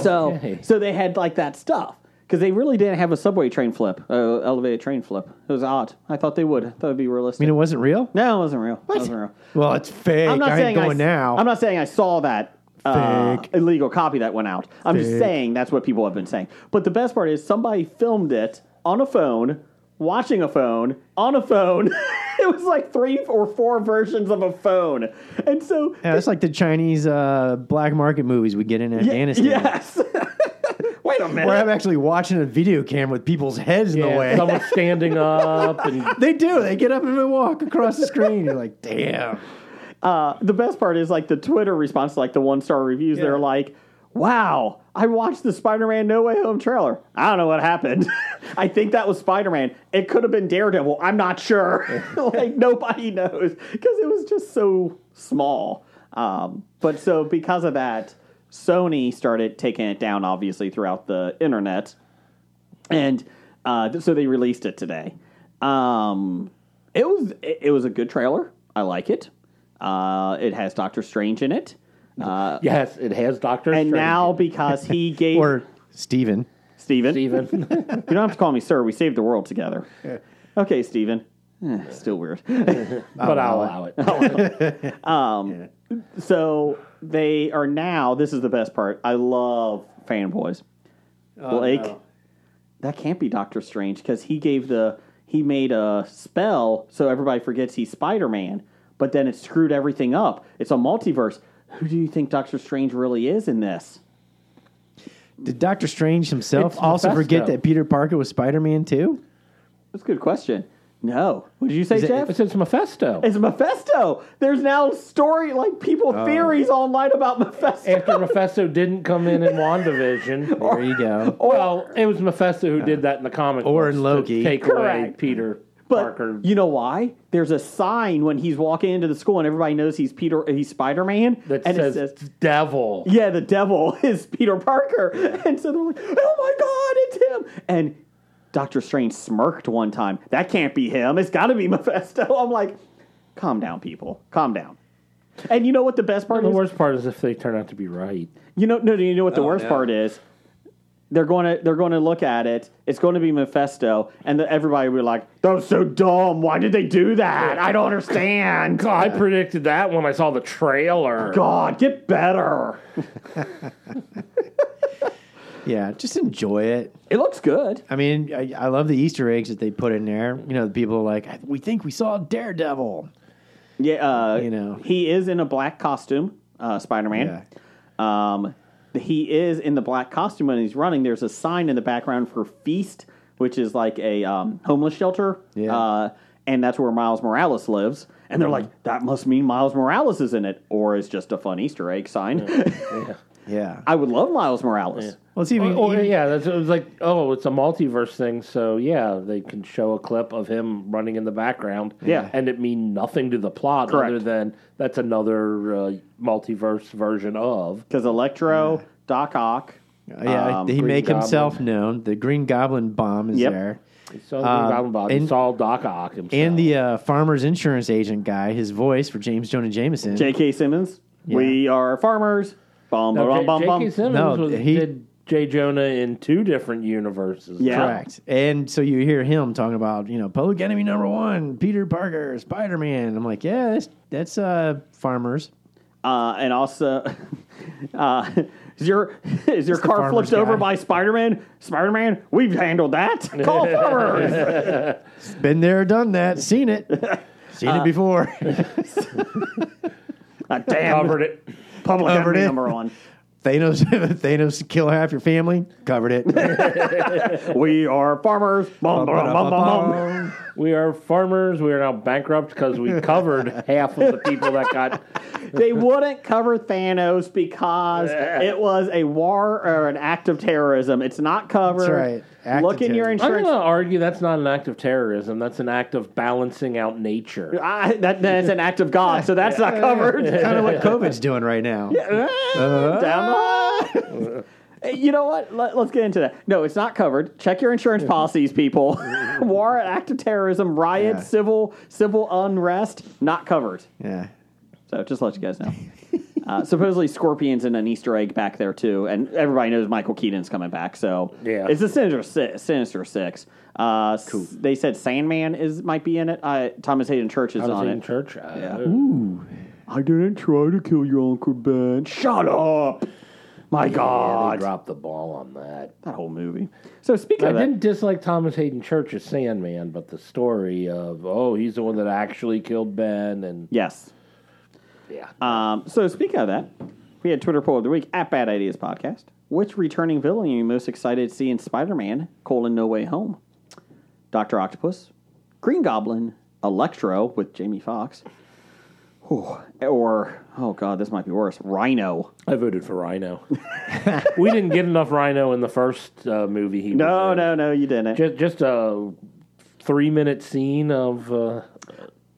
so okay. so they had like that stuff because they really didn't have a subway train flip, uh, elevated train flip. It was odd. I thought they would. I thought it'd be realistic. I mean, it wasn't real. no, it wasn't real. It wasn't real. Well, it's fake. I'm not I ain't saying I going s- now. I'm not saying I saw that uh, Fake. illegal copy that went out. I'm just Fake. saying that's what people have been saying. But the best part is somebody filmed it on a phone, watching a phone on a phone. it was like three or four versions of a phone, and so yeah, it's like the Chinese uh, black market movies we get in Afghanistan. yes. Wait a minute. Where I'm actually watching a video cam with people's heads in the way. Someone standing up and They do. They get up and they walk across the screen. You're like, damn. Uh, the best part is like the Twitter response, like the one star reviews. They're like, "Wow, I watched the Spider-Man No Way Home trailer. I don't know what happened. I think that was Spider-Man. It could have been Daredevil. I'm not sure. like nobody knows because it was just so small. Um, but so because of that, Sony started taking it down, obviously throughout the internet, and uh, th- so they released it today. Um, it was it, it was a good trailer. I like it. Uh, it has Doctor Strange in it, uh, yes, it has Doctor and Strange. now because he gave Or Steven. Steven, Steven. you don't have to call me sir. We saved the world together. Okay, Steven. Eh, Still weird. but I'll allow it. so they are now. This is the best part. I love fanboys. Uh, Blake, that can't be Doctor Strange because he gave the he made a spell so everybody forgets he's Spider Man, but then it screwed everything up. It's a multiverse. Who do you think Doctor Strange really is in this? Did Doctor Strange himself It's also Mephisto. forget that Peter Parker was Spider Man too? That's a good question. No, what did you say, it- Jeff? It's, it's Mephisto. It's Mephisto. There's now story like people Oh. theories online about Mephisto. After Mephisto didn't come in in WandaVision. There you go. well, it was Mephisto who did that in the comic Or books in to Loki. take away Correct. Peter But Parker. you know why? There's a sign when he's walking into the school and everybody knows he's Peter, he's Spider Man, that and says, it says, devil. "Yeah, the devil is Peter Parker." And so they're like, "Oh my God, it's him!" And Doctor Strange smirked one time. That can't be him. It's got to be Mephisto. I'm like, calm down, people, calm down. And you know what the best part The is? worst part is if they turn out to be right. You know, no, no, you know what the worst no. part is? They're going to they're going to look at it. It's going to be Mephisto, and the, everybody will be like, "That was so dumb. Why did they do that? I don't understand." God, I predicted that when I saw the trailer. God get better. Yeah, just enjoy it. It looks good. I mean, I, I love the Easter eggs that they put in there. You know, the people are like, we think we saw Daredevil. Yeah, uh, You know. he is in a black costume, uh, Spider Man. Um, he is in the black costume when he's running. There's a sign in the background for Feast, which is like a um, homeless shelter. Yeah. Uh, and that's where Miles Morales lives. And they're like, that must mean Miles Morales is in it, or is just a fun Easter egg sign. Yeah. I would love Miles Morales. Let's see if Or, you- or, Oh, yeah, that's, it was like, oh, it's a multiverse thing, so yeah, they can show a clip of him running in the background, Yeah. and it mean nothing to the plot Correct. other than that's another uh, multiverse version of. Because Electro, Doc Ock, yeah, um, he Green make Goblin. himself known. The Green Goblin bomb is Yep. there, So Um, Goblin Bob, and- it's all Doc Ock himself. and the uh, farmer's insurance agent guy. His voice for James Jonah Jameson. J.K. Simmons. We are farmers. Bum, No, bum, J- bum, J.K. bum. Simmons No, was, he- did J. Jonah in two different universes. Yeah. Correct. And so you hear him talking about, you know, public enemy number one, Peter Parker, Spider Man. I'm like, yeah, that's, that's uh, farmers. Uh, and also, uh, is your is your the car farmer's flipped over guy. by Spider Man? Spider Man, we've handled that. Call farmers. Been there, done that, seen it. Seen it before. Ah, damn, Covered it. public covered enemy it. number one. Thanos, Thanos kill half your family. Covered it. We are farmers. Bum, bum, bum, bum, bum. We are farmers. We are now bankrupt because we covered half of the people that got. they wouldn't cover Thanos because it was a war or an act of terrorism. It's not covered. That's right. Act Look of in your terrorism. I'm going insurance. to argue that's not an act of terrorism. That's an act of balancing out nature. I, that, that's an act of God, so that's not covered. kind of what COVID's doing right now. Down the line. You know what? Let, us get into that. No, it's not covered. Check your insurance policies, people. War, act of terrorism, riot, Yeah. civil civil unrest, not covered. Yeah. So just to let you guys know. Uh, supposedly, Scorpion's in an Easter egg back there too, and everybody knows Michael Keaton's coming back. So Yeah. it's a Sinister Six. Sinister Six. Uh, s- They said Sandman is might be in it. Uh, Thomas Hayden Church is I was on in it. church. Uh, Yeah. I didn't try to kill your Uncle Ben. Shut up! My yeah, they God, dropped the ball on that. that whole movie. So speaking I of that, didn't dislike Thomas Hayden Church as Sandman, but the story of oh, he's the one that actually killed Ben, and yes. yeah, Um, so speaking of that, we had Twitter poll of the week at Bad Ideas Podcast. Which returning villain are you most excited to see in Spider-Man: colon, No Way Home? Doctor Octopus, Green Goblin, Electro with Jamie Foxx, Whew. or oh god, this might be worse, Rhino. I voted for Rhino. we didn't get enough Rhino in the first uh, movie. He was No, in. no, no, you didn't. just just a three minute scene of uh,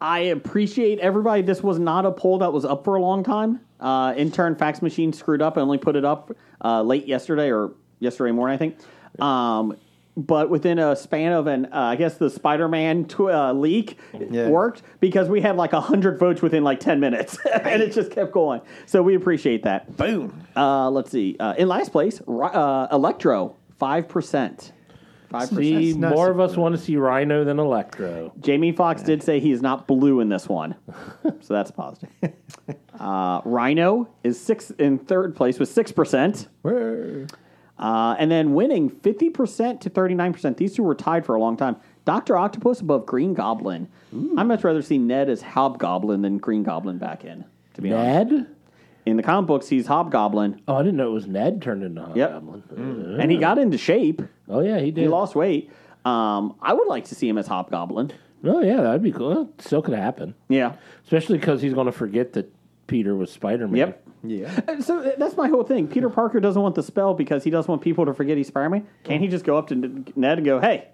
I appreciate everybody. This was not a poll that was up for a long time. Uh, intern fax machine screwed up and only put it up uh, late yesterday or yesterday morning, I think. Um, but within a span of an, uh, I guess the Spider Man tw- uh, leak Yeah. worked because we had like 100 votes within like 10 minutes and it just kept going. So we appreciate that. Boom. Uh, let's see. Uh, in last place, Ri- uh, Electro, 5%. 5%. see not more of us want to see Rhino than Electro. Jamie Foxx did say he is not blue in this one, so that's positive. Uh, Rhino is six in third place with six percent, uh, and then winning fifty percent to thirty nine percent. These two were tied for a long time. Doctor Octopus above Green Goblin. I'd much rather see Ned as Hobgoblin than Green Goblin back in. To be honest, Ned? in the comic books, he's Hobgoblin, Oh, I didn't know it was Ned turned into Yep. Hobgoblin. and he got into shape. Oh yeah, he did. He lost weight. Um, I would like to see him as Hobgoblin. Oh yeah, that'd be cool. That Still could happen, Yeah. especially because he's going to forget that Peter was Spider Man. Yep. Yeah. And So th- that's my whole thing. Peter Parker doesn't want the spell because he doesn't want people to forget he's Spider Man. Can't he just go up to N- Ned and go, "Hey,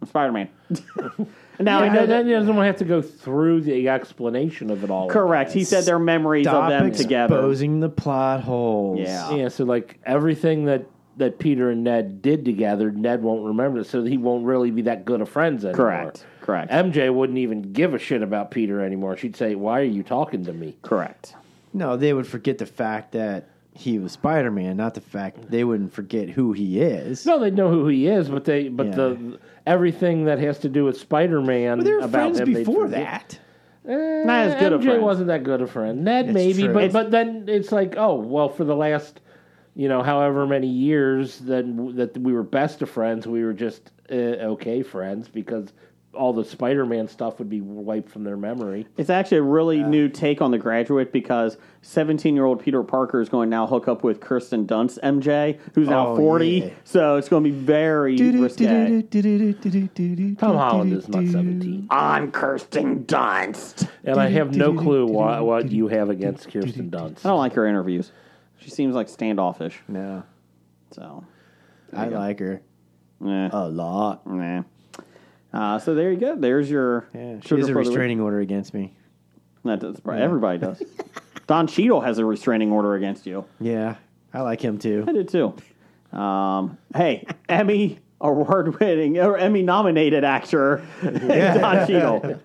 I'm Spider Man"? now I Yeah, know no, that. then he doesn't want to have to go through the explanation of it all. Correct. He said their memories Stop of them together. exposing the plot holes. Yeah. Yeah, so like everything that that Peter and Ned did together, Ned won't remember, so he won't really be that good of friends anymore. Correct. Correct. MJ wouldn't even give a shit about Peter anymore. She'd say, "Why are you talking to me?" Correct. No, they would forget the fact that he was Spider Man, not the fact they wouldn't forget who he is. No, they know who he is, but they but Yeah. the everything that has to do with Spider Man. But they were about friends him, they'd before forget. that. Eh, Not as good MJ of friends. wasn't that good a friend. Ned It's maybe, true. but It's- but then it's like, oh well, for the last you know however many years then that we were best of friends, we were just uh, okay friends because all the Spider-Man stuff would be wiped from their memory. It's actually a really new take on the graduate because 17 year old Peter Parker is going to now hook up with Kirsten Dunst MJ, who's now Oh, 40. yeah. So it's going to be very risque. Tom Tom Holland is not seventeen, I'm Kirsten Dunst. and I have no clue why, what you have against Kirsten Dunst. I don't like her interviews. She seems like standoffish. No, So, I like her eh, a lot. nah. Uh, so there you go. There's your Yeah, she sugar has for a the week. restraining order against me. That does, Everybody does. Don Cheadle has a restraining order against you. Yeah, I like him too. I did too. Um, hey, Emmy award-winning or Emmy nominated actor Don Cheadle.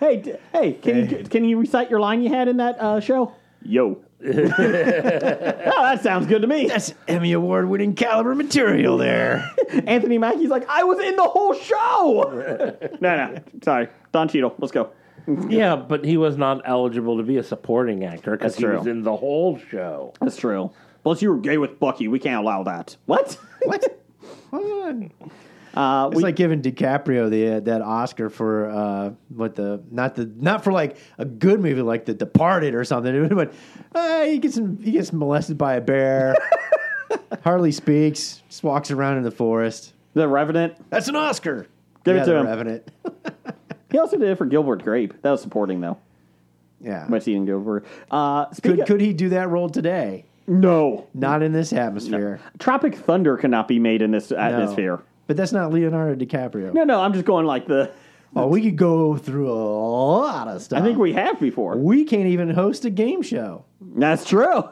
Hey, d- hey, can you can you recite your line you had in that uh, show? Yo. oh, that sounds good to me. That's Emmy Award winning caliber material there. Anthony Mackie's like, I was in the whole show. no, no, sorry, Don Cheadle. Let's go. Yeah, but he was not eligible to be a supporting actor because That's he true. was in the whole show. That's true. Plus, you were gay with Bucky. We can't allow that. What? What? uh, It's we, like giving DiCaprio the uh, that Oscar for uh, what the not the not for like a good movie like The Departed or something. It would've been, uh, he gets he gets molested by a bear, hardly speaks, just walks around in the forest. the Revenant. That's an Oscar. Give it Yeah, to The him. Revenant. He also did it for Gilbert Grape. That was supporting though. Yeah. Much eating Gilbert. Uh, speaking Could of- could he do that role today? no. Not in this atmosphere. Tropic Thunder cannot be made in this atmosphere. But that's not Leonardo DiCaprio. No, no. I'm just going like the. Oh, we could go through a lot of stuff. I think we have before. we can't even host a game show. That's true.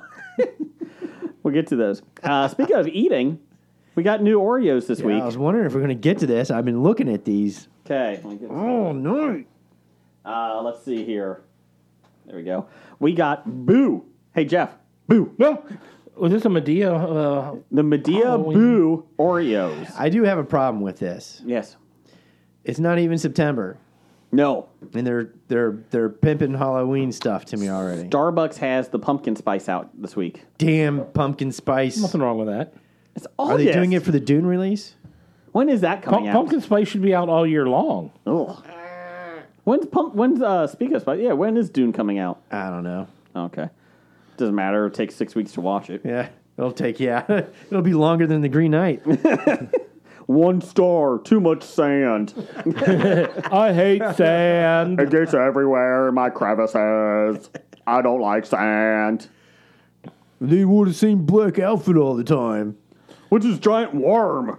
we'll get to those. Uh, speaking of eating, we got new Oreos this I was week. wondering if we're going to get to this. I've been looking at these. Okay. Oh no! Uh, let's see here. There we go. We got Boo. Hey Jeff. Boo. No, was this a Medea? Uh, The Medea Halloween. Boo Oreos. I do have a problem with this. Yes. It's not even September, No. and they're they're they're pimping Halloween stuff to me already. Starbucks has the pumpkin spice out this week. Damn pumpkin spice! nothing wrong with that. It's all Are they yes. doing it for the Dune release? When is that Pump, coming out? Oh, Pumpkin spice should be out all year long. Ugh. When's pump? When's uh? Speak of spice. Yeah. When is Dune coming out? I don't know. Okay. Doesn't matter. It takes six weeks to watch it. Yeah, it'll take. Yeah, it'll be longer than the Green Knight. One star. Too much sand. I hate sand. It gets everywhere in my crevices. I don't like sand. they wore the same black outfit all the time. What's this giant worm?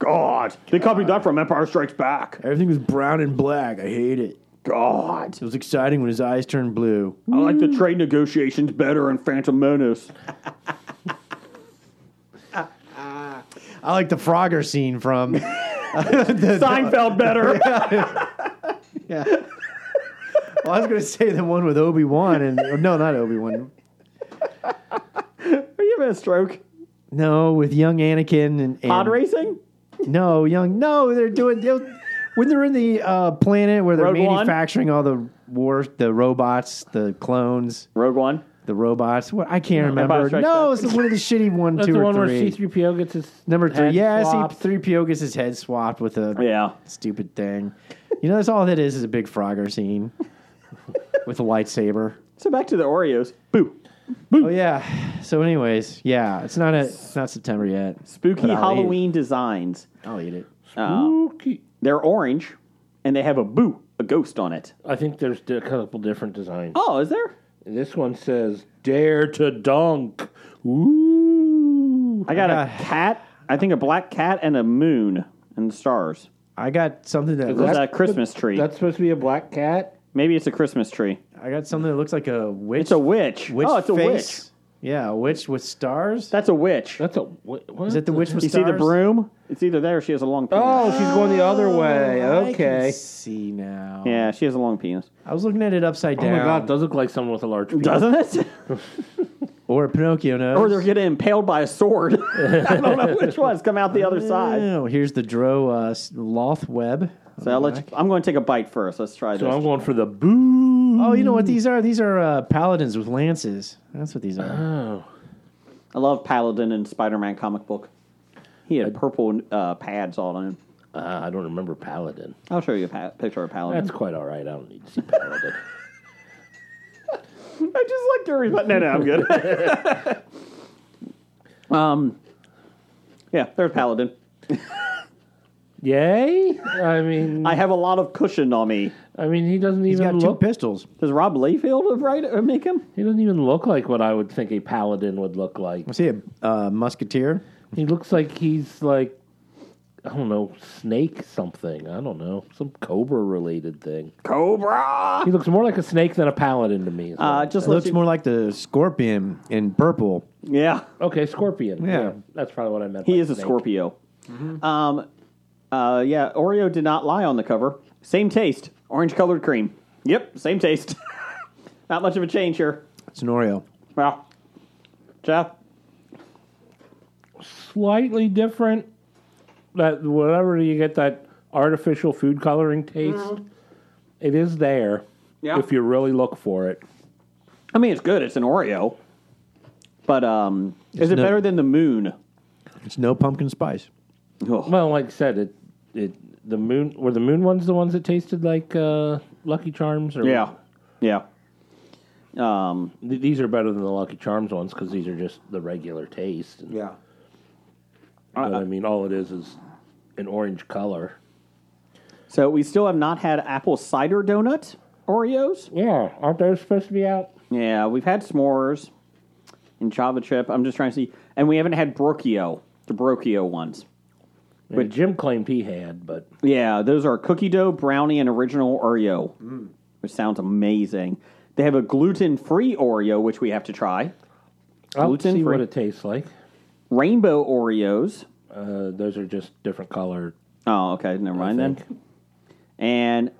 God. They copied that from Empire Strikes Back. Everything was brown and black. I hate it. God. It was exciting when his eyes turned blue. I like the trade negotiations better in Phantom Menace. I like the Frogger scene from. Seinfeld better. Yeah. well, I was going to say the one with Obi Wan and no, not Obi Wan. Are you having a stroke? No, with young Anakin and, and Pod racing? No, young. No, they're doing they'll- when they're in the uh, planet where they're Rogue One? manufacturing all the war, the robots, the clones, Rogue One. the robots. What I can't Empire remember. Strikes No, Back. it's one of the shitty one, That's two the or one where three. C three PO gets his Number three, head yeah, swapped. see, three PO gets his head swapped with a Yeah. stupid thing. You know, that's all that is is a big Frogger scene with a lightsaber. So back to the Oreos. Boo. Oh yeah. So, anyways, yeah, it's not a, it's not September yet. Spooky But I'll eat- Halloween designs. I'll eat Oh, it. Spooky. They're orange, and they have a boo, a ghost on it. I think there's a couple different designs. Oh, is there? This one says "Dare to Dunk." Ooh, I got I a got- cat. I think a black cat and a moon and stars. I got something that There's looks, a Christmas tree. that's supposed to be a black cat. Maybe it's a Christmas tree. I got something that looks like a witch. It's a witch. witch oh, it's a face. witch. Yeah, a witch with stars. That's a witch. That's a what, what? is it the witch with you see stars? the broom? It's either there or she has a long penis. Oh, she's going the other way. I Okay. can see now. Yeah, she has a long penis. I was looking at it upside Oh down. my god, it does look like someone with a large penis. Doesn't it? Or a Pinocchio nose. or they're getting impaled by a sword. I don't know which one's come out the other side. Oh, here's the Dro uh, s- Loth web. So I'll let you, I'm going to take a bite first. Let's try So this. I'm going for the boo. Oh, you know Hmm. what these are? These are uh, paladins with lances. That's what these are. Oh. I love Paladin and Spider-Man comic book. He had purple uh, pads all on him. Uh, I don't remember Paladin. I'll show you a pa- picture of Paladin. That's quite all right. I don't need to see Paladin. I just like Jerry's, but no, no, I'm good. um, yeah, there's Paladin. Yay! I mean, I have a lot of cushion on me. I mean, he doesn't He's got even two look. pistols. Does Rob Layfield write or make him? He doesn't even look like what I would think a paladin would look like. Was he a uh, musketeer? He looks like he's like I don't know, snake something. I don't know, some cobra related thing. Cobra. He looks more like a snake than a paladin to me. is what Uh, I'm just It looks looks more like the scorpion in purple. Yeah, saying. okay, scorpion. Yeah. that's probably what I meant. he by is a snake. Scorpio. Um, uh, yeah, Oreo did not lie on the cover. Same taste, orange colored cream. Yep, same taste. not much of a change here. It's an Oreo. Well, Jeff, Slightly different. That whatever you get that artificial food coloring taste, it is there Mm-hmm. Yeah. if you really look for it. I mean it's good. It's an Oreo, but um, is it no- better than the moon? It's no pumpkin spice. Ugh. Well, like I said, it it the moon were the moon ones the ones that tasted like uh, Lucky Charms or Yeah, yeah. Um, Th- These are better than the Lucky Charms ones because these are just the regular taste. And, yeah. but, I mean, all it is is an orange color. So we still have not had apple cider donut Oreos. Yeah, aren't those supposed to be out? Yeah, we've had s'mores and Java chip. I'm just trying to see, and we haven't had Brocchio, the Brocchio ones. But Jim claimed he had, but Yeah, those are cookie dough brownie and original Oreo, Mm. which sounds amazing. They have a gluten free Oreo, which we have to try. I'll see Gluten-free. what it tastes like. Rainbow Oreos. Uh, those are just different color. Oh, okay, never mind then. And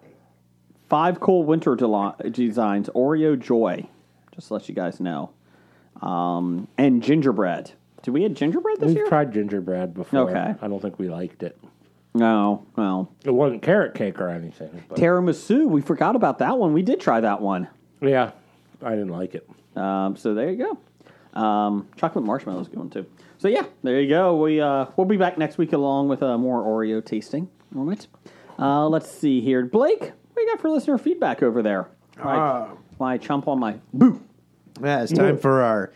five cool winter delo- designs Oreo Joy, just to let you guys know. Um, and gingerbread. Did we have gingerbread this We've year? tried gingerbread before. Okay. I don't think we liked it. no, no. It wasn't carrot cake or anything. But Tiramisu. We forgot about that one. We did try that one. yeah, I didn't like it. Um, so there you go. Um, chocolate marshmallow is going too. So yeah, there you go. We uh, we'll be back next week along with uh, more Oreo tasting. All right. Uh, let's see here, Blake. What do you got for listener feedback over there? Why, why I chomp on my boo? Yeah, it's time for our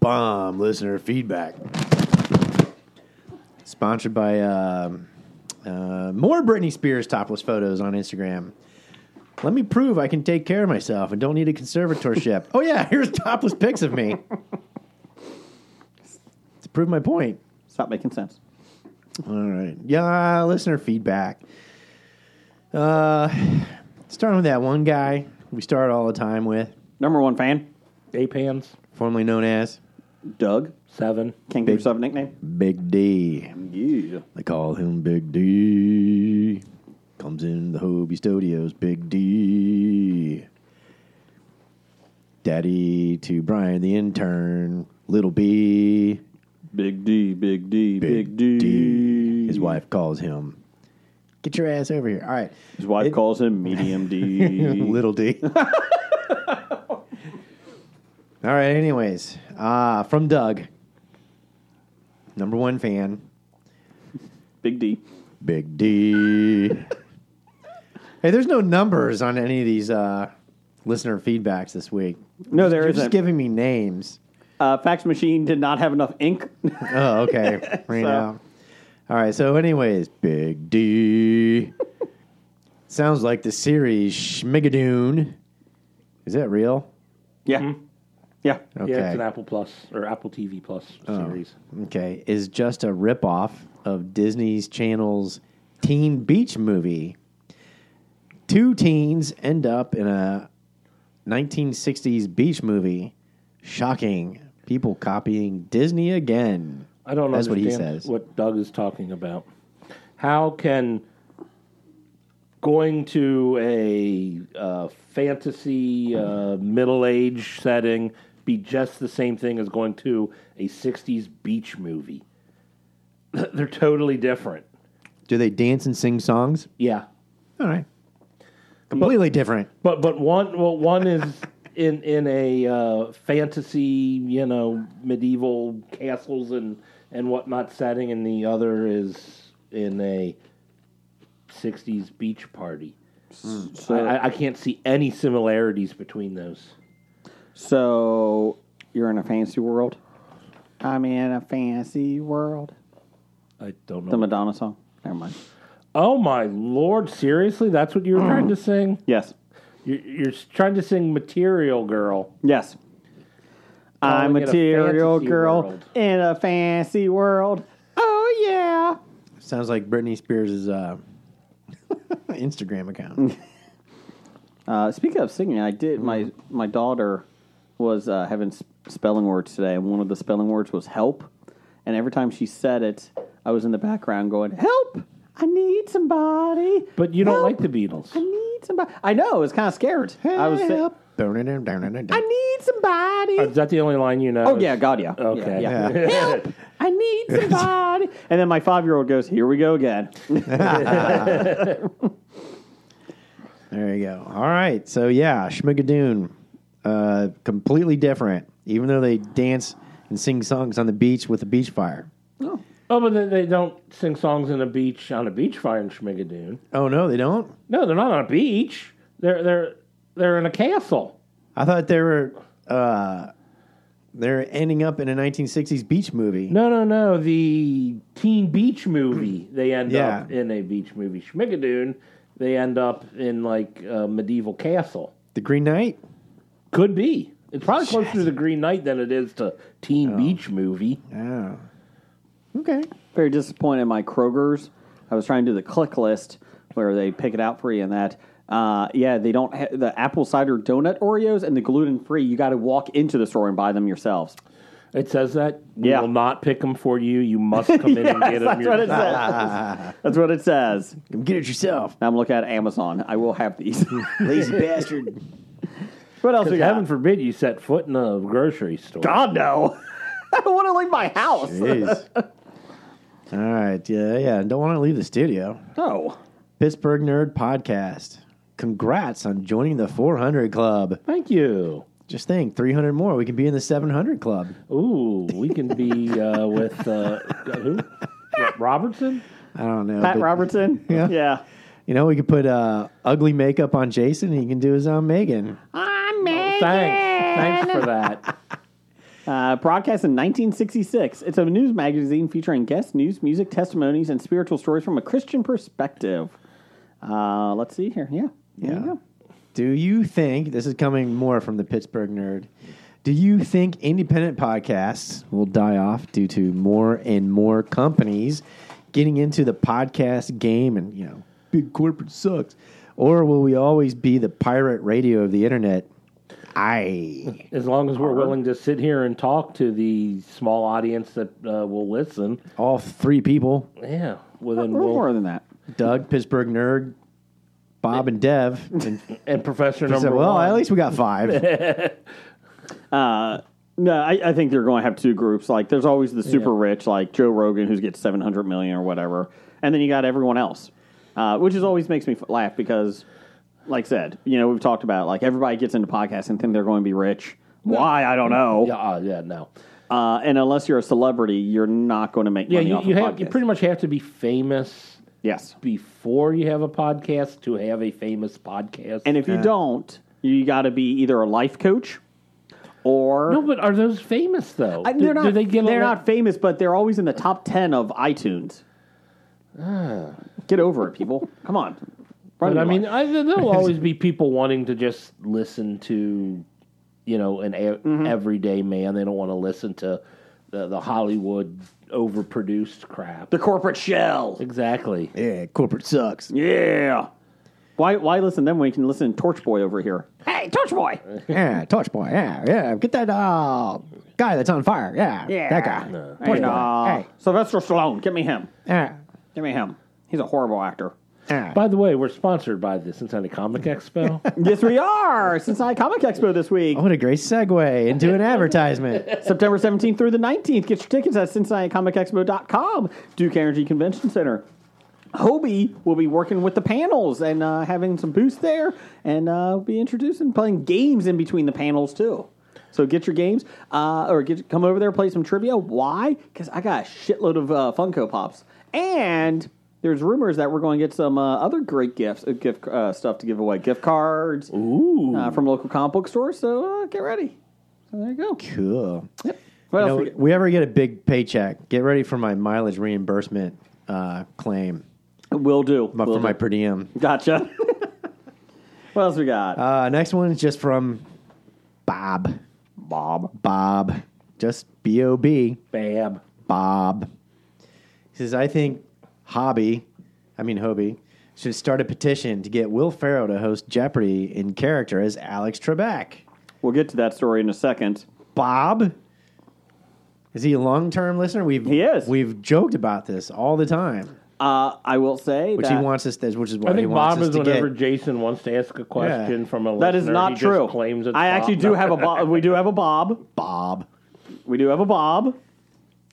bomb listener feedback. Sponsored by um uh, more Britney Spears topless photos on Instagram. Let me prove I can take care of myself and don't need a conservatorship. oh, yeah, here's topless pics of me. to prove my point. Stop making sense. All right. Yeah, listener feedback. Uh, starting with that one guy we start all the time with, Number one fan, Ape hands formerly known as Doug. seven. Can't give yourself a nickname. Big D. Yeah. They call him Big D. Comes in the Hobie Studios, Big D. Daddy to Brian the intern, Little B, Big D, Big D, Big, D. His wife calls him. Get your ass over here. All right. His wife calls him Medium D. Little D. All right, anyways. Uh, from Doug, number one fan. Big D. Big D. hey, there's no numbers on any of these uh, listener feedbacks this week. No, there You're just isn't. giving me names. uh, fax machine did not have enough ink. Oh, okay. Right So- now. All right. So, anyways, Big D. Sounds like the series Schmigadoon. Is that real? yeah. Mm-hmm. Yeah. Okay. Oh. Yeah, it's an Apple Plus or Apple TV Plus series. okay, is just a ripoff of Disney's Channel's Teen Beach movie. Two teens end up in a 1960s beach movie. Shocking. People copying Disney again. I don't That's what he understand what, says. Doug is talking about. How can going to a uh, fantasy uh, middle age setting be just the same thing as going to a 60s beach movie? They're totally different. Do they dance and sing songs? Yeah. All right. Completely different. But but one well one is in in a uh, fantasy you know medieval castles and and whatnot setting, and the other is in a '60s beach party. So, I, I can't see any similarities between those. so you're in a fantasy world. I'm in a fantasy world. I don't The know. Madonna song. Never mind. Oh my lord! Seriously, that's what you were trying to sing. Yes. You're, you're trying to sing "Material Girl." Yes. I'm Calling it a material fantasy girl world. in a fancy world. Oh yeah. Sounds like Britney Spears' uh, Instagram account. Uh, speaking of singing, I did my Mm-hmm. my daughter was uh, having s- spelling words today, and one of the spelling words was help. And every time she said it, I was in the background going, "Help! I need somebody." But you don't Help! like the Beatles. I need somebody. I know. I was kind of scared. I was. sa- Help. Dun-dun-dun-dun-dun-dun. I need somebody. Is that the only line you know? oh yeah, God yeah. Yeah, Okay. yeah. Help! I need somebody. and then my five year old goes, "Here we go again." There you go. All right. So yeah, Schmigadoon, uh, completely different. Even though they dance and sing songs on the beach with a beach fire. Oh, but they, they don't sing songs on a beach on a beach fire in Schmigadoon. Oh no, they don't. No, they're not on a beach. They're they're they're in a castle. I thought they were. Uh, they're ending up in a 1960s beach movie. No, no, no. The Teen Beach movie. They end Yeah. up in a beach movie. Schmigadoon. They end up in like a medieval castle. The Green Knight. Could be. It's probably closer to the Green Knight than it is to Teen Beach movie. Oh. Okay. very disappointed in my Kroger's. I was trying to do the click list where they pick it out for you, and that uh, yeah, they don't ha- the apple cider donut Oreos and the gluten free. You got to walk into the store and buy them yourselves. It says that we Yeah. will not pick them for you. You must come in and Yes, get them. that's what it yourself. says. that's what it says. Come get it yourself, Now I'm looking at Amazon. I will have these. lazy bastard. what else we got? Heaven forbid you set foot in a grocery store. God no. I don't want to leave my house. Jeez. All right. Yeah, yeah. Don't want to leave the studio. No. Pittsburgh Nerd Podcast. Congrats on joining the 400 Club. Thank you. Just think, 300 more, we could be in the 700 Club. Ooh, we can be uh, with uh, who? What, Robertson? I don't know. Pat but, Robertson. Yeah. Yeah. You know, we could put uh, ugly makeup on Jason. and He can do his own Megan. I'm Thanks. Thanks for that. Uh, broadcast in 1966. It's a news magazine featuring guest news, music, testimonies, and spiritual stories from a Christian perspective. Uh, let's see here. Yeah. There you Yeah. go. Do you think this is coming more from the Pittsburgh nerd? Do you think independent podcasts will die off due to more and more companies getting into the podcast game and, you know, big corporate sucks? Or will we always be the pirate radio of the internet? I As long as we're willing to sit here and talk to the small audience that uh, will listen. all three people, Yeah. Well, then We're we'll, more than that. Doug, Pittsburgh nerd, Bob and Dev. And and Professor so, Number well, One. at least we got five. No, I, I think they're going to have two groups. Like, there's always the super rich, like Joe Rogan, who gets 700 million or whatever, and then you got everyone else, uh, which is always makes me f- laugh because, like I said, you know, we've talked about like everybody gets into podcasts and think they're going to be rich. Why I don't know. yeah, uh, yeah, no. Uh, and unless you're a celebrity, you're not going to make Yeah, money you, off you, of have, you podcasts. pretty much have to be famous Yes. before you have a podcast to have a famous podcast. And if you don't, you got to be either a life coach or. no, but are those famous though? I- do, they're not, do they get a are lot- not famous, but they're always in the top 10 of iTunes. Ah. Get over it, people. Come on. Run But your I mean, life. I, there'll always be people wanting to just listen to, you know, an a- Mm-hmm. everyday man. They don't want to listen to the, the Hollywood overproduced crap. the corporate shell. Exactly. yeah, corporate sucks. Yeah. Why, why listen to them when you can listen to Torch Boy over here? Hey, Torch Boy! Yeah, Torch Boy. Yeah, yeah. Get that uh, guy that's on fire. Yeah, yeah. that guy. Hey, nah. Hey. uh, Sylvester Stallone, give me him. Yeah, Give me him. He's a horrible actor. yeah. By the way, we're sponsored by the Cincinnati Comic Expo. yes, we are! Oh, Cincinnati Comic Expo this week. what a great segue into an advertisement. September 17th through the 19th. Get your tickets at CincinnatiComicExpo.com, Duke Energy Convention Center. Hobie will be working with the panels and uh, having some booths there, and uh, will be introducing playing games in between the panels too. So get your games, uh, or get come over there play some trivia. Why? Because I got a shitload of uh, Funko Pops, and there's rumors that we're going to get some uh, other great gifts, uh, gift uh, stuff to give away, gift cards Uh, from local comic book stores. So uh, get ready. So there you go. Cool. What You else know, we got? we ever get a big paycheck, get ready for my mileage reimbursement uh, claim. Will do. but Will for my do. per diem. gotcha. what else we got? Uh, next one is just from Bob. Bob. Bob. Just B O B. Bam. Bob. He says, I think Hobby, I mean Hobie, should start a petition to get Will Farrow to host Jeopardy in character as Alex Trebek. We'll get to that story in a second. Bob? Is he a long term listener? We've He is. we've joked about this all the time. Uh, I will say Which that he wants us to, which is why I he think wants Bob us is to get. whenever Jason wants to ask a question from a that is listener, not he true. Just claims it's I actually Bob. do No. have a Bob. We do have a Bob. Bob. We do have a Bob.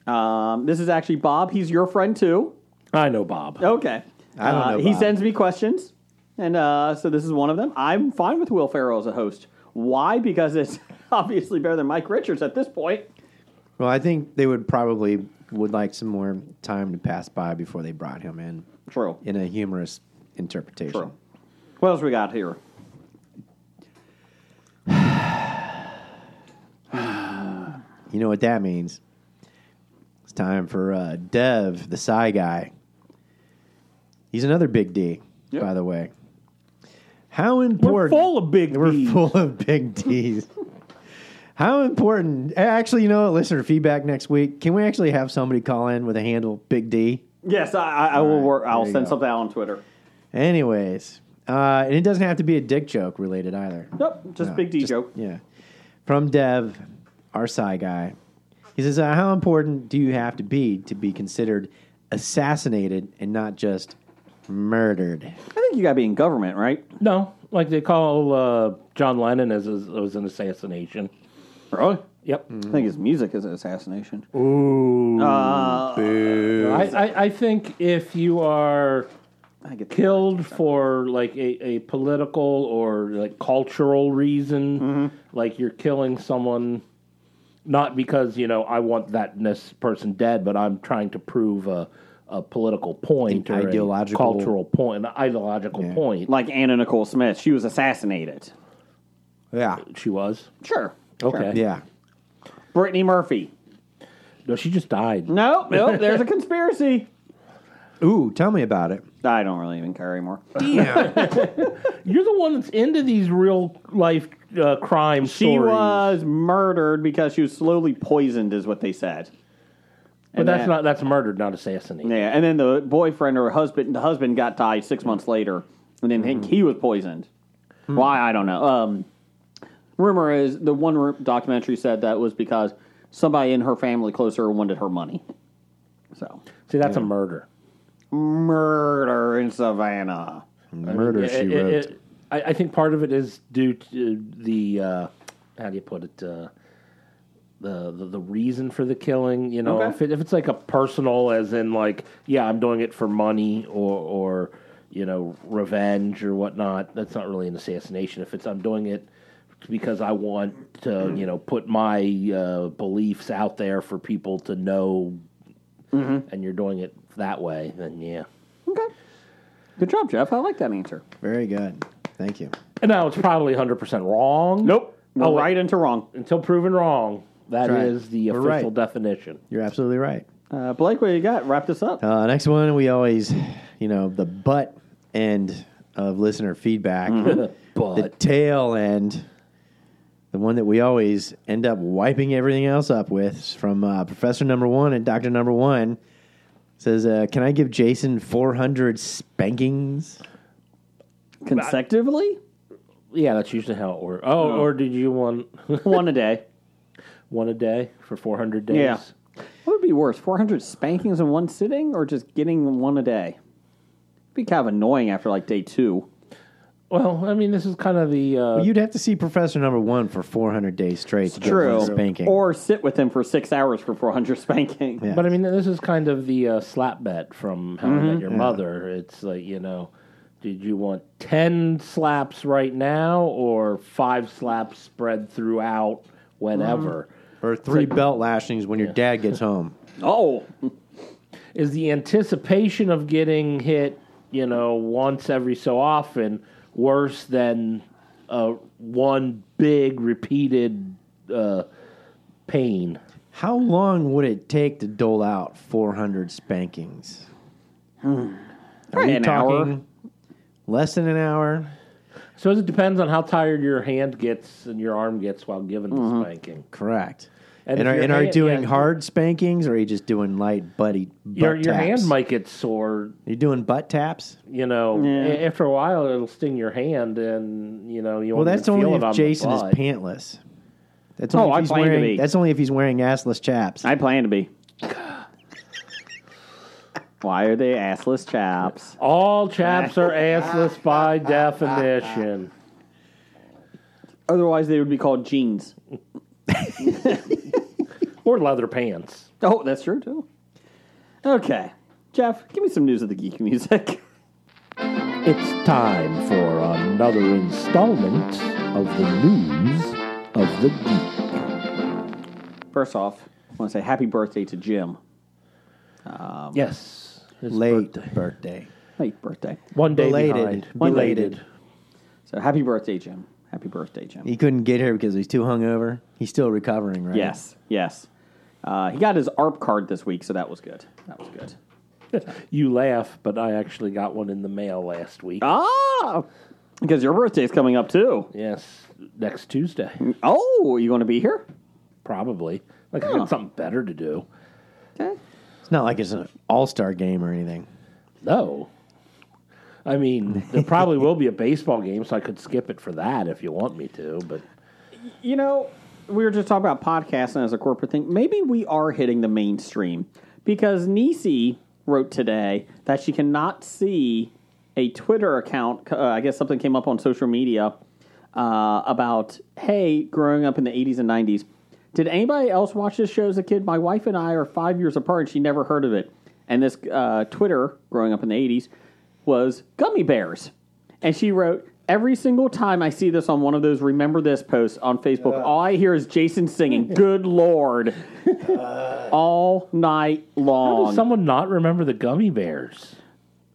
Um, this is actually Bob. He's your friend too. I know Bob. Okay. I don't Uh, know He Bob. sends me questions, and uh, so this is one of them. I'm fine with Will Ferrell as a host. Why? Because it's obviously better than Mike Richards at this point. Well, I think they would probably would like some more time to pass by before they brought him in True. in a humorous interpretation. True. What else we got here? You know what that means. It's time for uh, Dev, the Psy guy. He's another big D, Yep. by the way. How We're important full of big. We're Ds. full of big D's. How important? Actually, you know what? Listener feedback next week. Can we actually have somebody call in with a handle Big D? Yes, I, I, I will right, work. I'll there you send go. something out on Twitter. Anyways, uh, and it doesn't have to be a dick joke related either. Nope, just No, big D just- joke. Yeah. From Dev, our Psy guy. He says, uh, How important do you have to be to be considered assassinated and not just murdered? I think you got to be in government, right? No, like they call uh, John Lennon as, as was an assassination. Really? Yep. I think his music is an assassination. Ooh. Uh, I, I, I think if you are I get killed. killed for like a, a political or like cultural reason, Mm-hmm. like you're killing someone not because, you know, I want that this person dead, but I'm trying to prove a, a political point An or ideological- a cultural point, an ideological point. Like Anna Nicole Smith, she was assassinated. Yeah. She was. Sure. Okay. Yeah. Brittany Murphy. No, she just died. No, no, there's a conspiracy. Ooh, tell me about it. I don't really even care anymore. You're the one that's into these real life uh, crime She stories. was murdered because she was slowly poisoned, is what they said. but that's that- not that's murdered, not assassinated. Yeah, and then the boyfriend or husband, the husband got died six months later, and then think he was poisoned. Why I don't know. Um, rumor is the one ru- documentary said that was because somebody in her family closer wanted her money. So See, that's a murder. murder in Savannah. Murder, she It- it- wrote. it- I, I think part of it is due to the uh, how do you put it uh, the, the the reason for the killing. You know, Okay. if, it, if it's like a personal, as in like, yeah, I'm doing it for money or or you know revenge or whatnot. That's not really an assassination. If it's I'm doing it because I want Mm-hmm. to, you know, put my uh, beliefs out there for people to know, Mm-hmm. and you're doing it that way, then yeah. Okay, good job, Jeff. I like that answer. Very good. Thank you. And now it's probably 100% wrong. Nope, we're Oh, wait. right into wrong. Until proven wrong, that is That's right. the We're official right. definition. You're absolutely right. Uh, Blake, what you got? Wrap this up. Uh, next one, we always, you know, the butt end of listener feedback, Mm-hmm. the But tail end, the one that we always end up wiping everything else up with is from uh, Professor Number One and Doctor Number One says, uh, "Can I give Jason 400 spankings?" Consecutively, yeah, that's usually how it works. Oh, or did you want one a day. one a day for 400 days? Yeah. What would be worse, 400 spankings in one sitting or just getting one a day? be kind of annoying after like day two. Well, I mean, this is kind of the. Uh, You'd have to see Professor Number One for 400 days straight to get one spanking. Or sit with him for six hours for 400 spanking. Yeah. But I mean, this is kind of the uh, slap bet from How I Met Your Mother. It's like you know, did you want ten slaps right now or five slaps spread throughout whenever? or three belt lashings when your dad gets home. Oh, is the anticipation of getting hit, you know, once every so often worse than uh, one big repeated uh, pain? How long would it take to dole out 400 spankings? Are we An hour. talking Less than an hour. So it depends on how tired your hand gets and your arm gets while given Mm-hmm. the spanking. Correct. And And, if are, your and are you hand- doing yeah. hard spankings or are you just doing light buddy butt Your your taps? hand might get sore. You're doing butt taps? You know, Yeah. A- after a while, it'll sting your hand, and you know you. Well, won't that's even feel only it on if the Jason is butt. pantless. That's Oh, only if I he's plan to wearing, be. That's only if he's wearing assless chaps. I plan to be. Why are they assless chaps? All chaps are assless by definition. Otherwise, they would be called jeans. Or leather pants. Oh, that's true too. Okay, Jeff, give me some news of the geek music. It's time for another installment of the news of the geek. First off, I want to say happy birthday to Jim. Yes, his Late birthday. birthday. Late birthday. one day Belated. behind. Belated. So happy birthday, Jim. Happy birthday, Jim. He couldn't get here because he's too hungover. He's still recovering, right? Yes, yes. Uh, he got his ARP card this week, so that was good. That was good. You laugh, but I actually got one in the mail last week. Ah, because your birthday's coming up too. Yes, next Tuesday, Oh, you going to be here? probably. Like I got something better to do. Okay. It's not like it's an all star game or anything. No, I mean there probably will be a baseball game, so I could skip it for that if you want me to. But You know, we were just talking about podcasting as a corporate thing. Maybe we are hitting the mainstream because Nisi wrote today that she cannot see a Twitter account. Uh, I guess something came up on social media uh, about, hey, growing up in the 80s and 90s, did anybody else watch this show as a kid? My wife and I are five years apart and she never heard of it. And this uh, Twitter, growing up in the 80s, was Gummy Bears. And she wrote, Every single time I see this on one of those Remember This posts on Facebook, all I hear is Jason singing, Good Lord, all night how does long. someone not remember the gummy bears?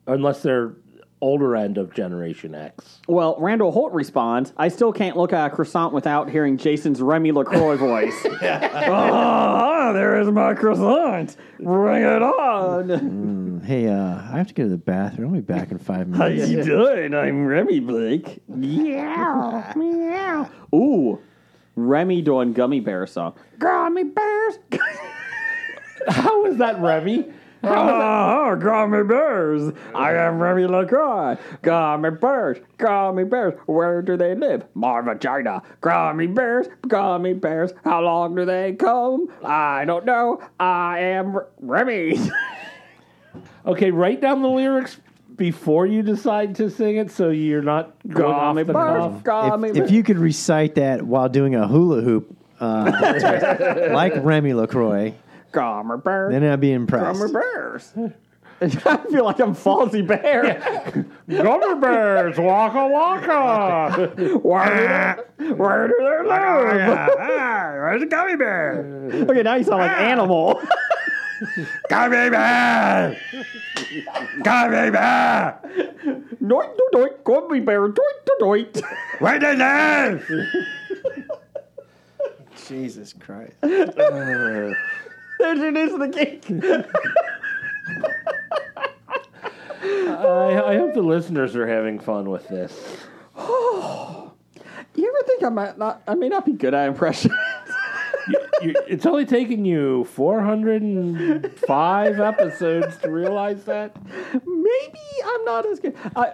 Unless they're older end of Generation X. well, Randall Holt responds, I still can't look at a croissant without hearing Jason's Remy LaCroix voice. Ah, there is my croissant. Bring it Oh, on. Hey, uh, I have to go to the bathroom. I'll be back in five Oh, minutes. you doing? I'm Remy Blake. Yeah. Meow. Ooh, Remy doing Gummy Bear song. Gummy Bears. How is that Remy? Oh, gummy bears. I am Remy LaCroix. Gummy bears, gummy bears. Where do they live? My vagina. Gummy bears, gummy bears. How long do they come? I don't know. I am R- Remy. Okay, write down the lyrics before you decide to sing it, so you're not going off gummy the bears, cuff. gummy If, if you could recite that while doing a hula hoop, uh, like Remy LaCroix, gummy bears, then I'd be impressed. gummy bears. I feel like I'm Falsy Bear. Gummy bears, waka waka. Where, do they- where do they live? Where's the gummy bear? Okay, now you sound like Animal. Gummy bear! gummy bear! doink, doink, doink, gummy bear, doink, doink, doink. Where they live? Jesus Christ. There's your news of the geek. I, I hope the listeners are having fun with this. You ever think I might not? I may not be good at impressions. You, it's only taken you 405 episodes to realize that. Maybe I'm not as good. I,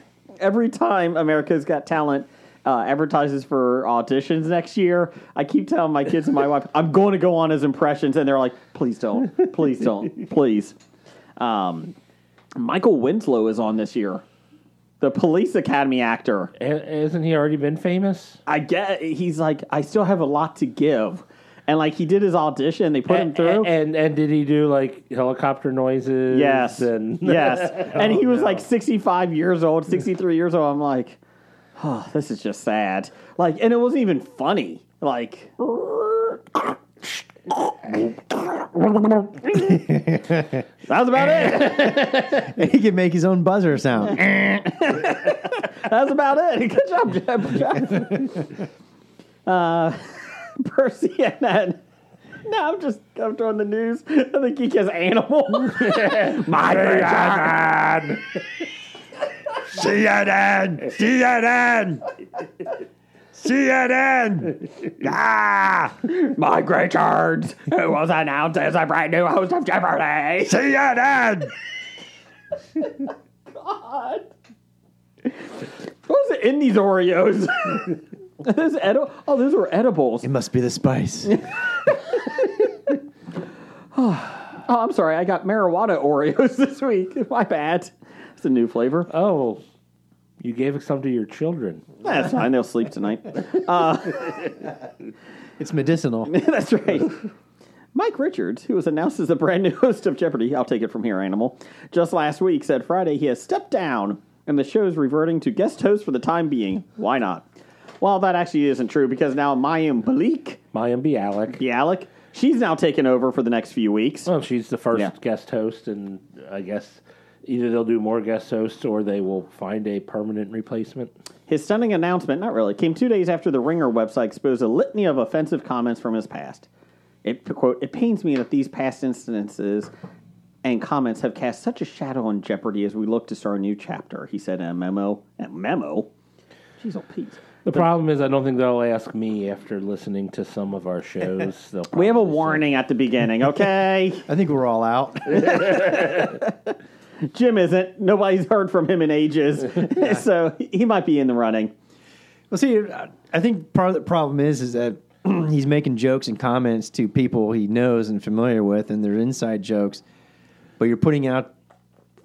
every time America's Got Talent uh, advertises for auditions next year, I keep telling my kids and my wife, "I'm going to go on as impressions," and they're like, "Please don't, please don't, please." Um, Michael Winslow is on this year, the Police Academy actor. A- hasn't he already been famous? I get he's like, I still have a lot to give. And like he did his audition, they put him And, through. and and did he do like helicopter noises? Yes. And yes. And he was like 65 years old, 63 years old. I'm like, oh, this is just sad. Like, and it wasn't even funny. Like, that's about it. he could make his own buzzer sound. That's about it. Good job, Jeff. Good job. Uh, Percy and then No, I'm just I'm throwing the news. I think he has animal. My CNN! CNN! CNN! CNN! Ah! my great charge, who was announced as a brand new host of Jeopardy. CNN! What was in these Oreos? those edi- oh, those were edibles. It must be the spice. Oh, I'm sorry, I got marijuana Oreos this week. My bad. It's a new flavor. Oh, you gave some to your children. That's fine. They'll sleep tonight. it's medicinal. That's right. Mike Richards, who was announced as the brand new host of Jeopardy, I'll take it from here, animal, just last week said Friday he has stepped down and the show is reverting to guest host for the time being. Why not? Well, that actually isn't true because now Mayim Balik, Mayim Bialik. Bialik, she's now taken over for the next few weeks. Well, Oh, she's the first Yeah. guest host, and I guess either they'll do more guest hosts or they will find a permanent replacement. His stunning announcement, not really, came two days after the Ringer website exposed a litany of offensive comments from his past. It, quote, it pains me that these past instances and comments have cast such a shadow on Jeopardy as we look to start a new chapter, he said in a memo. A memo? Jeez, oh, Pete. The problem is, I don't think they'll ask me after listening to some of our shows. They'll We have a probably say- warning at the beginning, okay? I think we're all out. Jim isn't. Nobody's heard from him in ages, so he might be in the running. Well, see, I think part of the problem is is that he's making jokes and comments to people he knows and familiar with, and they're inside jokes. But you're putting out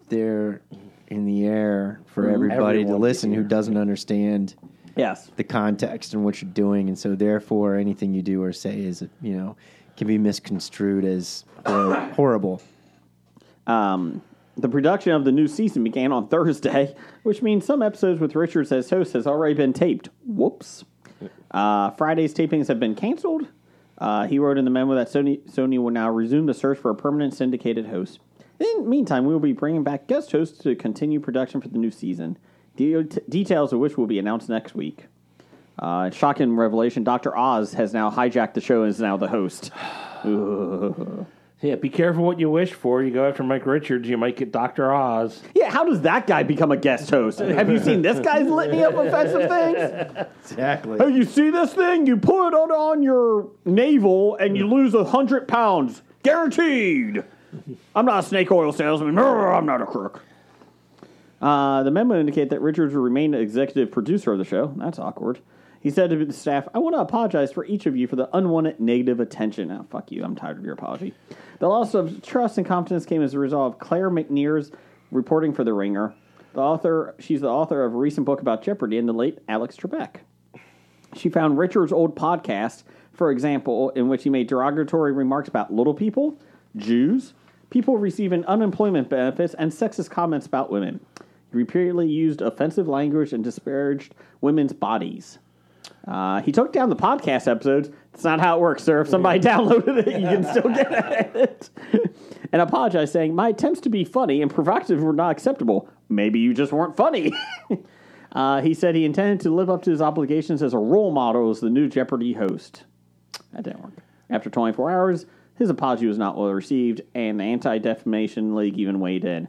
there in the air for everybody to Mm-hmm. everyone to listen who hear. doesn't understand Yes. the context and what you're doing, and so therefore anything you do or say is you know can be misconstrued as hor- horrible. Um, the production of the new season began on Thursday, which means some episodes with Richards as host has already been taped. Whoops. Uh, Friday's tapings have been canceled. Uh, he wrote in the memo that Sony Sony will now resume the search for a permanent syndicated host. In the meantime, we will be bringing back guest hosts to continue production for the new season, de- details of which will be announced next week. Uh, shocking revelation: Doctor Oz has now hijacked the show and is now the host. Yeah, be careful what you wish for. You go after Mike Richards, you might get Dr. Oz. Yeah, how does that guy become a guest host? Have you seen this guy's litany of offensive things? Exactly. Hey, you see this thing? You pull it on, on your navel and you lose a hundred pounds. Guaranteed. I'm not a snake oil salesman. Brr, I'm not a crook. Uh, the memo indicated that Richards will remain the executive producer of the show. That's awkward. He said to the staff, I want to apologize for each of you for the unwanted negative attention. Oh, fuck you. I'm tired of your apology. The loss of trust and confidence came as a result of Claire McNear's reporting for The Ringer. The author, she's the author of a recent book about Jeopardy and the late Alex Trebek. She found Richard's old podcast, for example, in which he made derogatory remarks about little people, Jews, people receiving unemployment benefits, and sexist comments about women. He repeatedly used offensive language and disparaged women's bodies. Uh, he took down the podcast episodes. That's not how it works, sir. If somebody downloaded it, you can still get it. and apologized, saying, My attempts to be funny and provocative were not acceptable. Maybe you just weren't funny. Uh, he said he intended to live up to his obligations as a role model as the new Jeopardy host. That didn't work. After 24 hours, his apology was not well received, and the Anti Defamation League even weighed in,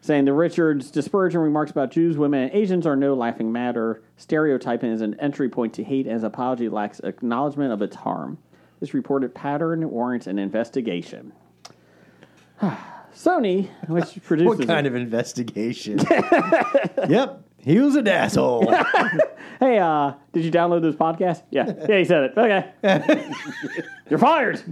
saying the Richards' disparaging remarks about Jews, women, and Asians are no laughing matter. Stereotyping is an entry point to hate, and his apology lacks acknowledgement of its harm. This reported pattern warrants an investigation. Sony, which produces What kind of investigation? yep, he was an asshole. hey, uh, did you download this podcast? Yeah. Yeah, he said it. Okay. You're fired.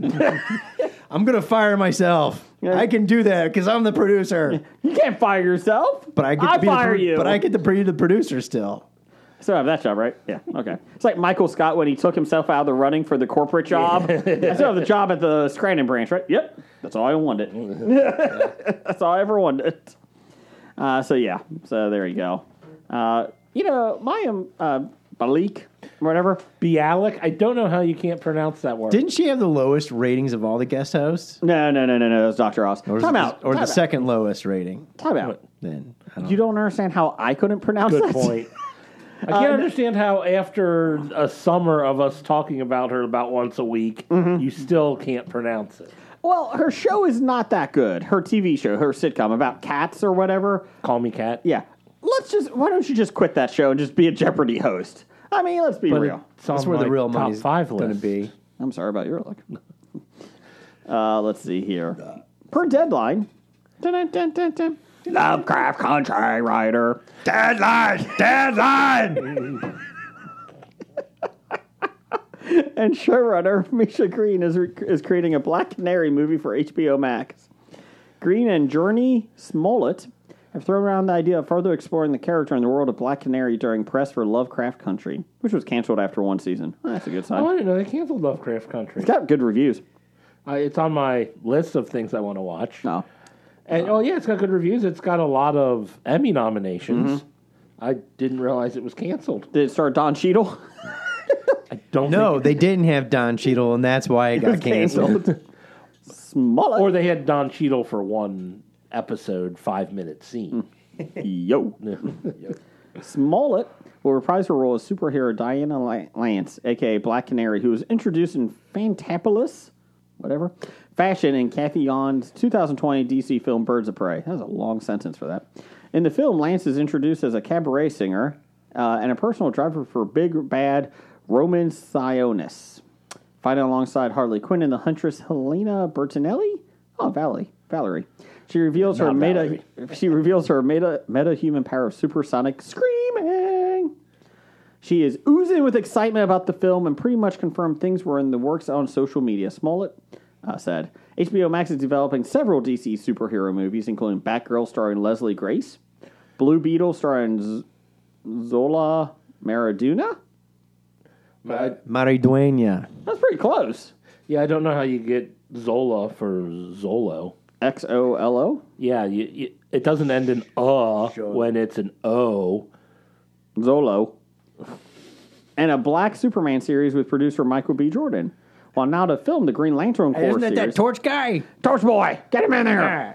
I'm gonna fire myself. I can do that because I'm the producer. You can't fire yourself. But I get to be the fire pro- you. But I get to be the producer still. still have that job, right? Yeah. Okay. It's like Michael Scott when he took himself out of the running for the corporate job. I still have the job at the Scranton branch, right? Yep. That's all I wanted. That's all I ever wanted. Uh, so yeah. So there you go. Uh, you know, my um, uh, Balik, whatever. Bialik? I don't know how you can't pronounce that word. Didn't she have the lowest ratings of all the guest hosts? No, no, no, no, no. It was Doctor Oz. Or time the, out. Or time out. the second lowest rating? Time out. Then I don't You don't understand how I couldn't pronounce Good that? point. Um, I can't understand how after a summer of us talking about her about once a week, you still can't pronounce it. Well, her show is not that good. Her TV show, her sitcom about cats or whatever. Call me cat. Yeah. Let's just, why don't you just quit that show and just be a Jeopardy host? I mean, let's be But real. it's on That's where my the real top money's five going to list. be. I'm sorry about your luck. Uh, let's see here. Per deadline. dun-dun-dun-dun-dun, Lovecraft Country writer. Deadline! Deadline! and showrunner Misha Green is, re- is creating a Black Canary movie for HBO Max. Green and Journey Smollett have thrown around the idea of further exploring the character and the world of Black Canary during press for Lovecraft Country, which was canceled after one season. Well, that's a good sign. Oh, I didn't know they canceled Lovecraft Country. It's got good reviews. I, it's on my list of things I want to watch. No. And oh yeah, it's got good reviews. It's got a lot of Emmy nominations. I didn't realize it was canceled. Did it start Don Cheadle? Don't No, think- they didn't have Don Cheadle, and that's why it got canceled. Smollett. or they had Don Cheadle for one episode, five minute scene. Yo. Mm. Smollett will reprise her role as superhero Diana La- Lance, aka Black Canary, who was introduced in Fantapolis, whatever, fashion in Kathy Yon's 2020 DC film Birds of Prey. That was a long sentence for that. In the film, Lance is introduced as a cabaret singer uh, and a personal driver for Big Bad Roman Sionis, fighting alongside Harley Quinn and the Huntress Helena Bertinelli. Oh, Valerie. Valerie. She reveals her meta. She reveals her meta meta human power of supersonic screaming. She is oozing with excitement about the film and pretty much confirmed things were in the works on social media. Smollett uh, said HBO Max is developing several DC superhero movies, including Batgirl starring Leslie Grace, Blue Beetle starring Z- Zola Maradona. I, Mariduena. That's pretty close. yeah, I don't know how you get Zola for Zolo. X O L O Yeah, you, you, it doesn't end in uh when it's an o. Zolo, and a black Superman series with producer Michael B. Jordan. While now to film the Green Lantern Corps Isn't it series. that torch guy? Torch Boy, get him in there. All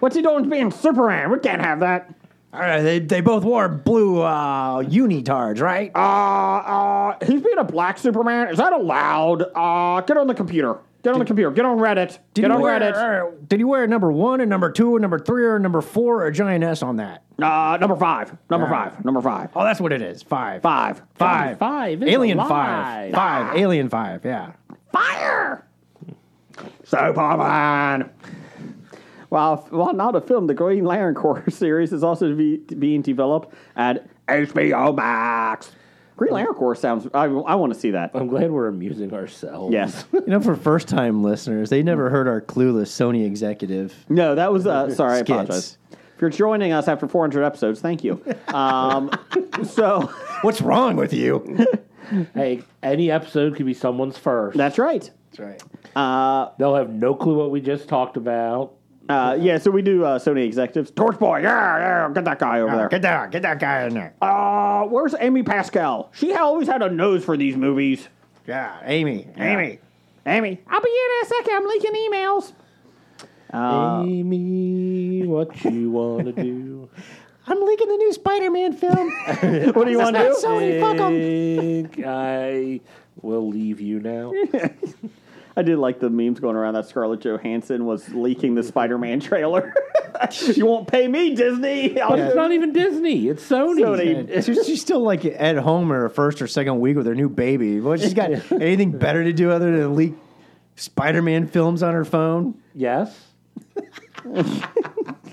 What's he doing being Superman? We can't have that. right, they, they both wore blue uh, unitards, right? Uh, uh, he's being a black Superman. Is that allowed? Uh, get on the computer. Get on the computer. Get on Reddit. Get on Reddit. uh, did you wear number one and number two and number three or number four or a giant S on that? Uh, number five. Number Uh. five. Number five. Oh, that's what it is. Five. Five. Five. Five is Alien alive. five. Five. Alien five. Yeah. Fire! Superman! While, while now the film, the Green Lantern Corps series is also be, being developed at HBO Max. Green Lantern Corps sounds. I, I want to see that. I'm glad we're amusing ourselves. Yes. You know, for first time listeners, they never heard our clueless Sony executive. No, that was. Uh, sorry, I Skits. apologize. If you're joining us after 400 episodes, thank you. Um, so What's wrong with you? Hey, any episode could be someone's first. that's right. That's right. They'll have no clue what we just talked about. Uh, yeah, so we do uh, Sony executives. Torch Boy, yeah, yeah, get that guy over there. Get that, get that guy in there. Uh, where's Amy Pascal? She always had a nose for these movies. Yeah, Amy, Amy. Amy, I'll be in a second. I'm leaking emails. Amy, what you want to do? I'm leaking the new Spider-Man film. What do you want to do? Sony, fuck 'em. think I will leave you now. I did like the memes going around that Scarlett Johansson was leaking the Spider-Man trailer. you won't pay me, Disney. I'll But it's do- not even Disney. It's Sony. Sony. She's, she's still like at home her first or second week with her new baby. Well, she's got anything better to do other than leak Spider-Man films on her phone? Yes.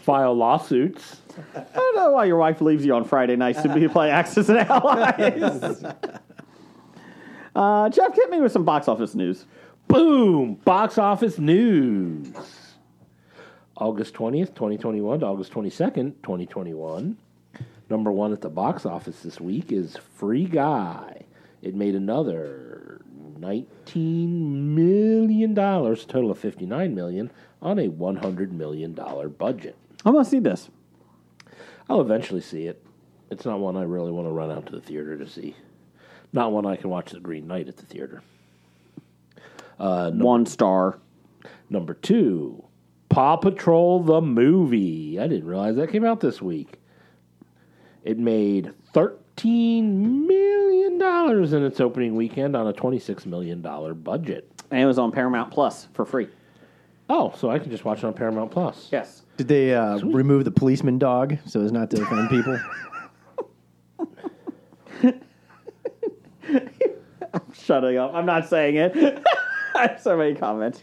File lawsuits. I don't know why your wife leaves you on Friday nights to be play Axis and Allies. uh, Jeff, hit me with some box office news. Boom! Box office news. August 20th, 2021 to August 22nd, 2021. Number one at the box office this week is Free Guy. It made another $19 million, total of $59 million, on a $100 million budget. I want to see this. I'll eventually see it. It's not one I really want to run out to the theater to see. Not one I can watch The Green Knight at the theater. One star. Number two, Paw Patrol the movie. I didn't realize that came out this week. It made thir- $13 million in its opening weekend on a $26 million budget. Amazon Paramount Plus for free. Oh, so I can just watch it on Paramount Plus. Yes. Did they uh, remove the policeman dog so as not to offend people? Shutting up. I'm not saying it. I have so many comments.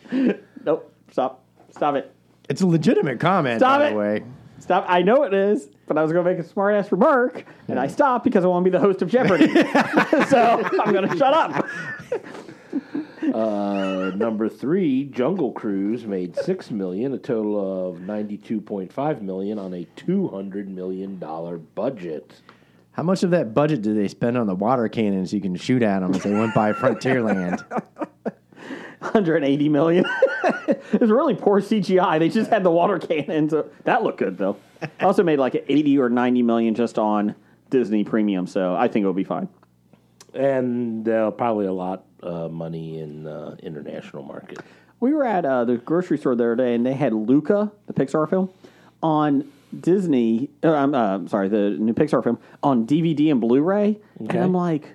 Nope. Stop. Stop it. It's a legitimate comment, Stop by it. the way. Stop. I know it is, but I was going to make a smart ass remark, and I stopped because I want to be the host of Jeopardy. so I'm going to shut up. Uh, number three, Jungle Cruise made six million, a total of ninety-two point five million on a two hundred million dollar budget. How much of that budget did they spend on the water cannons you can shoot at them as they went by Frontierland? 180 million. it was really poor CGI. They just had the water cannons. That looked good though. I also made like 80 or 90 million just on Disney Premium, so I think it'll be fine. And uh, probably a lot uh, money in uh, international market. We were at uh, the grocery store the other day, and they had Luca, the Pixar film, on Disney. Or, I'm uh, sorry, the new Pixar film on DVD and Blu-ray. Okay. And I'm like,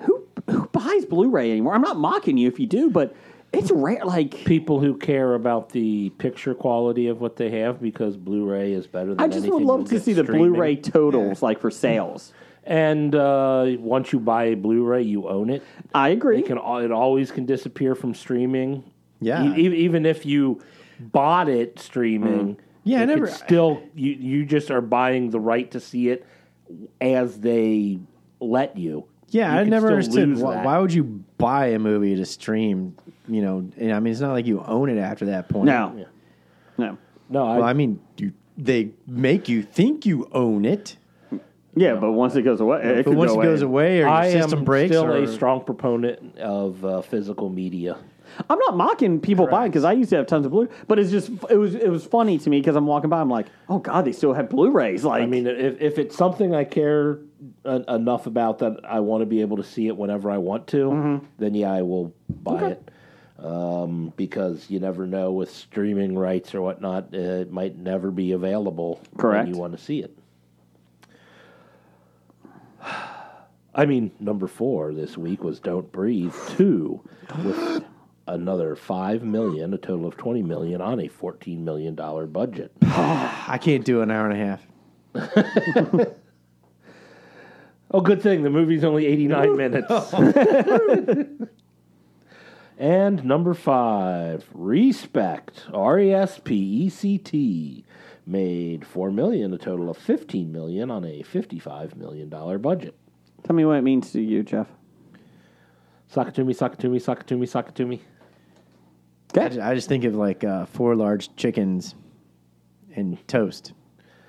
who who buys Blu-ray anymore? I'm not mocking you if you do, but it's rare. Like, People who care about the picture quality of what they have because Blu-ray is better than I just anything would you'll love to get see the streaming. Blu-ray totals, like for sales. And uh, once you buy a Blu-ray, you own it. I agree. It can al- it always can disappear from streaming. Yeah. E- e- even if you bought it streaming, Mm. Yeah, I it could never- still you you just are buying the right to see it as they let you. Yeah, You I could never still understood lose why, that. why would you buy a movie to stream? You know, and I mean, it's not like you own it after that point. No, no, No, I, Well, I mean, you, they make you think you own it, yeah, but once it goes away, it but could once go it goes away or your I system am breaks, still or, a strong proponent of uh, physical media. I'm not mocking people buying because I used to have tons of Blu. But it's just it was it was funny to me because I'm walking by, I'm like, oh god, they still have Blu-rays. Like, I mean, if if it's something I care en- enough about that I want to be able to see it whenever I want to, Mm-hmm. then yeah, I will buy it. Um, because you never know with streaming rights or whatnot, uh, it might never be available. Correct. When you want to see it. I mean, number four this week was "Don't Breathe" two, with another five million, a total of twenty million on a fourteen million dollar budget. I can't do an hour and a half. Oh, good thing the movie's only 89 minutes. and number five, Respect, R E S P E C T, made 4 million, a total of 15 million on a 55 million dollar budget. tell me what it means to you, Jeff. Sock it to me, sock it to me, sock it to me, sock it to me. I just, I just think of like uh, four large chickens and toast,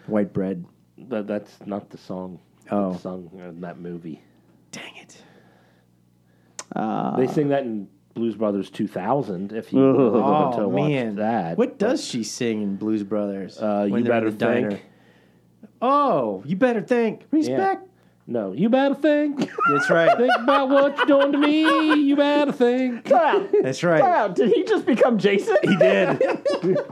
white bread. That, that's not the song Oh. that's sung in that movie. Dang it! they sing that in Blues Brothers 2000, if you want to Oh watch man, that. what does she sing in Blues Brothers? uh, when you they're in better the diner? think. Oh, you better think. Respect. No, you better think. That's right. Think about what you're doing to me. You better think. That's right. did he just become Jason? He did.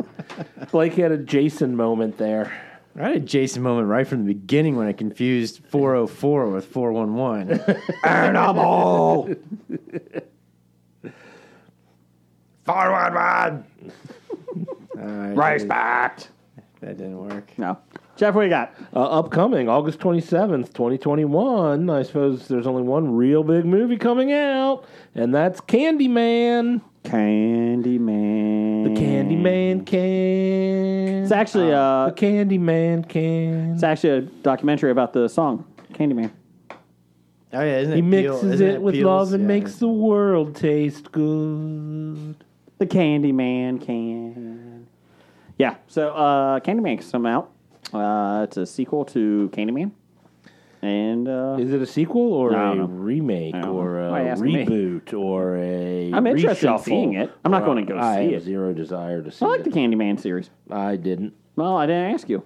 Blake had a Jason moment there. I had a Jason moment right from the beginning when I confused 404 with 411. Animal. Forward one. All right, Respect. That didn't work. no, Jeff, what do you got? Uh, upcoming August 27th, 2021. I suppose there's only one real big movie coming out, and that's Candyman. Candyman. The Candyman can. Mm. It's actually the uh, Candyman can. it's actually a documentary about the song Candyman. Oh yeah, isn't He it Peel- mixes isn't it with Peel's? love and Yeah. makes the world taste good. The Candyman can. Yeah, so uh, Candyman can come out. Uh, it's a sequel to Candyman, and uh, Is it a sequel or I a don't know. remake don't or know. Why are you a asking me? reboot or a I'm interested in reshuffle? seeing it. I'm not Or gonna go I see have it. zero desire to see I like the it. Candyman series. I didn't. Well, I didn't ask you,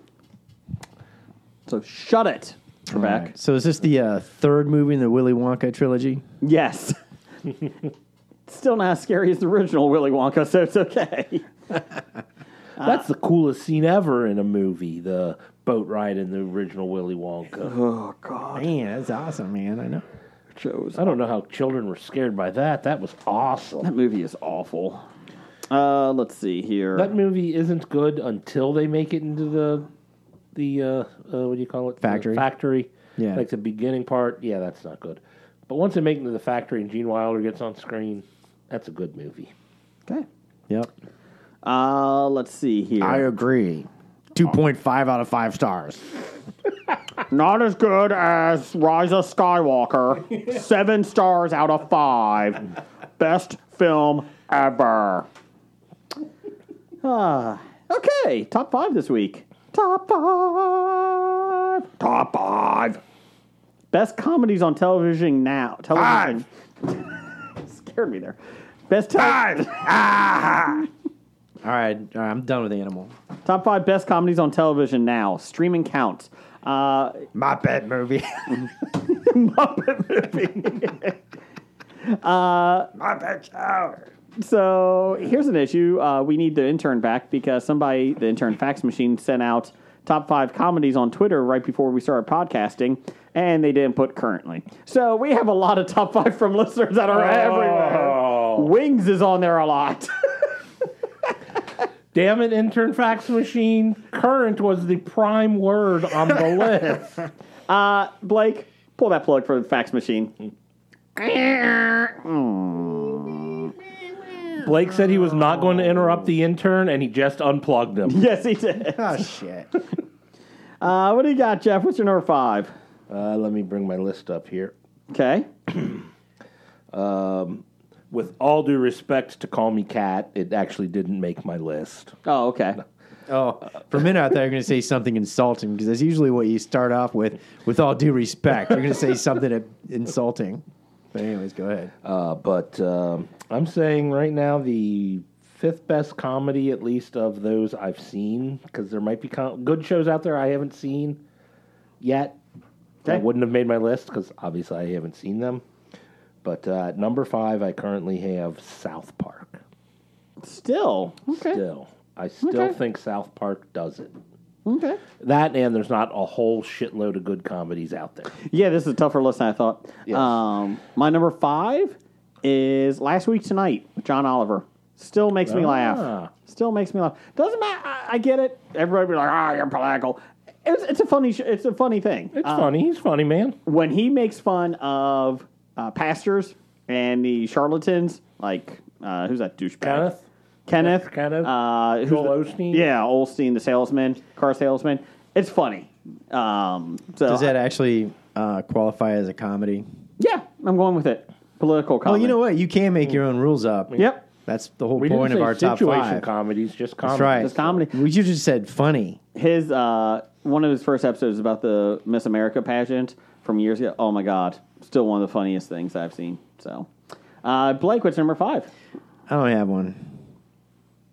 so shut it, All Trebek. right. So is this the uh, third movie in the Willy Wonka trilogy? Yes. Still not as scary as the original Willy Wonka, so it's okay. That's the coolest scene ever in a movie. The boat ride in the original Willy Wonka. Oh God, Man, that's awesome, man. I know. Joe's. I don't know how children were scared by that. That was awesome. That movie is awful. Uh, let's see here. That movie isn't good until they make it into the the uh, uh, what do you call it? The Factory. factory. Yeah. Like the beginning part. Yeah, that's not good. But once they make it into the factory and Gene Wilder gets on screen, that's a good movie. okay. Yep. Uh, let's see here. agree. 2.5 out of 5 stars. Not as good as Rise of Skywalker. Seven stars out of five. Best film ever. Ah, okay, top five this week. Top five. Top five. Best comedies on television now. Television. Scared me there. Best tele- All right. All right. I'm done with Animal. top five best comedies on television now. Streaming counts. Uh, My bad movie. Uh, Muppet Show. So here's an issue. Uh, we need the intern back because somebody, the intern fax machine, sent out top five comedies on Twitter right before we started podcasting, and they didn't put currently. So we have a lot of top five from listeners that are everywhere. Wings is on there a lot. Damn it, intern fax machine. Current was the prime word on the list. Blake, pull that plug for the fax machine. Blake said he was not going to interrupt the intern, and he just unplugged him. Yes, he did. oh, shit. Uh, what do you got, Jeff? What's your number five? Uh, let me bring my list up here. Okay. With all due respect to Call Me Cat, it actually didn't make my list. Oh, okay. Oh, for a minute, I thought you were going to say something insulting because that's usually what you start off with. With all due respect, you're going to say something insulting. But anyways, go ahead. Uh, but um, I'm saying right now the fifth best comedy, at least of those I've seen, because there might be com- good shows out there I haven't seen yet. I Okay. wouldn't have made my list because obviously I haven't seen them. But uh, at number five, I currently have South Park. Still. Okay. Still, I still Okay. think South Park does it. Okay. That and there's not a whole shitload of good comedies out there. Yeah, this is a tougher list than I thought. Um, my number five is Last Week Tonight, with John Oliver. Still makes me Ah. laugh. Still makes me laugh. Doesn't matter. I, I get it. Everybody be like, ah, you're political. It's, it's a funny. Sh- it's a funny thing. It's Uh, funny. He's funny, man. when he makes fun of uh, pastors and the charlatans, like uh, who's that douchebag? Kenneth. Kenneth. Kenneth. Uh, who's Joel the- Osteen? Yeah, Olstein, the salesman, car salesman. It's funny. Um, so Does that actually uh, qualify as a comedy? Yeah, I'm going with it. Political Well, comedy. you know what? You can make your own rules up. Yep. That's the whole We didn't point say of our top situation five. comedies, just comedies. That's right. Just comedy. We you just said funny. His uh, one of his first episodes about the Miss America pageant from years ago. Oh my god, still one of the funniest things I've seen. So, uh, Blake, what's number five? I don't have one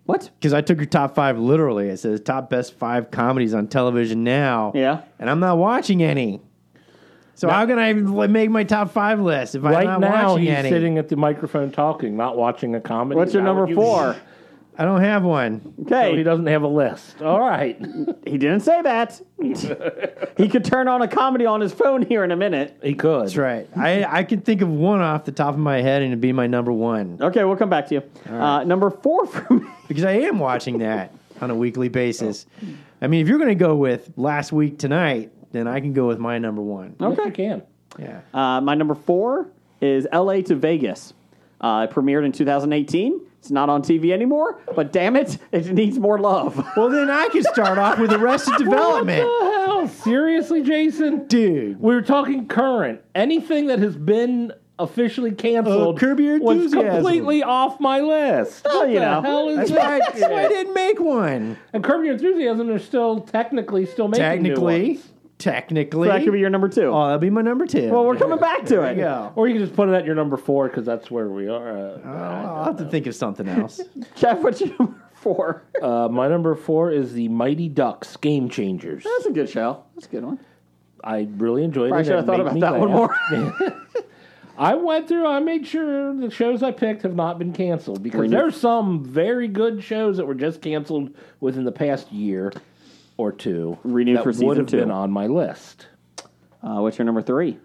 What? because I took your top five literally. It says top best five comedies on television now. Yeah. and I'm not watching any. So how can I even li- make my top five list if Right I'm not now, watching he's any? sitting at the microphone talking, not watching a comedy. What's your How number would you- four? I don't have one. So he Okay, doesn't have a list. All right. he didn't say that. he could turn on a comedy on his phone here in a minute. he could. That's right. I I can think of one off the top of my head and it'd be my number one Okay, we'll come back to you. Uh, number four for me. because I am watching that on a weekly basis. I mean, if you're going to go with last week tonight, then I can go with my number one. Okay. You can. Yeah. Uh, my number four is L.A. to Vegas. Uh, it premiered in 2018. It's not on TV anymore, but damn it, it needs more love. Well, then I can start off with Arrested Development, What the hell? Seriously, Jason? dude. We were talking current. Anything that has been officially canceled Uh, Curb Your was Enthusiasm. completely off my list. What you the know. hell is That's why, I, that? that's why I didn't make one. And Curb Your Enthusiasm is still technically still making new Technically, ones. technically, So that could be your number two. oh, that'll be my number two. well, we're coming back to it. yeah. Or you can just put it at your number four because that's where we are. Uh, I'll have to think of something else. Jeff, what's your number four? uh, my number four is the Mighty Ducks Game Changers. That's a good show. That's a good one. I really enjoyed I it. should It have thought made about me that one laugh. more. I went through. I made sure the shows I picked have not been canceled because there's some very good shows that were just canceled within the past year or two. Renewed that for season would have two. been on my list. Uh, what's your number three?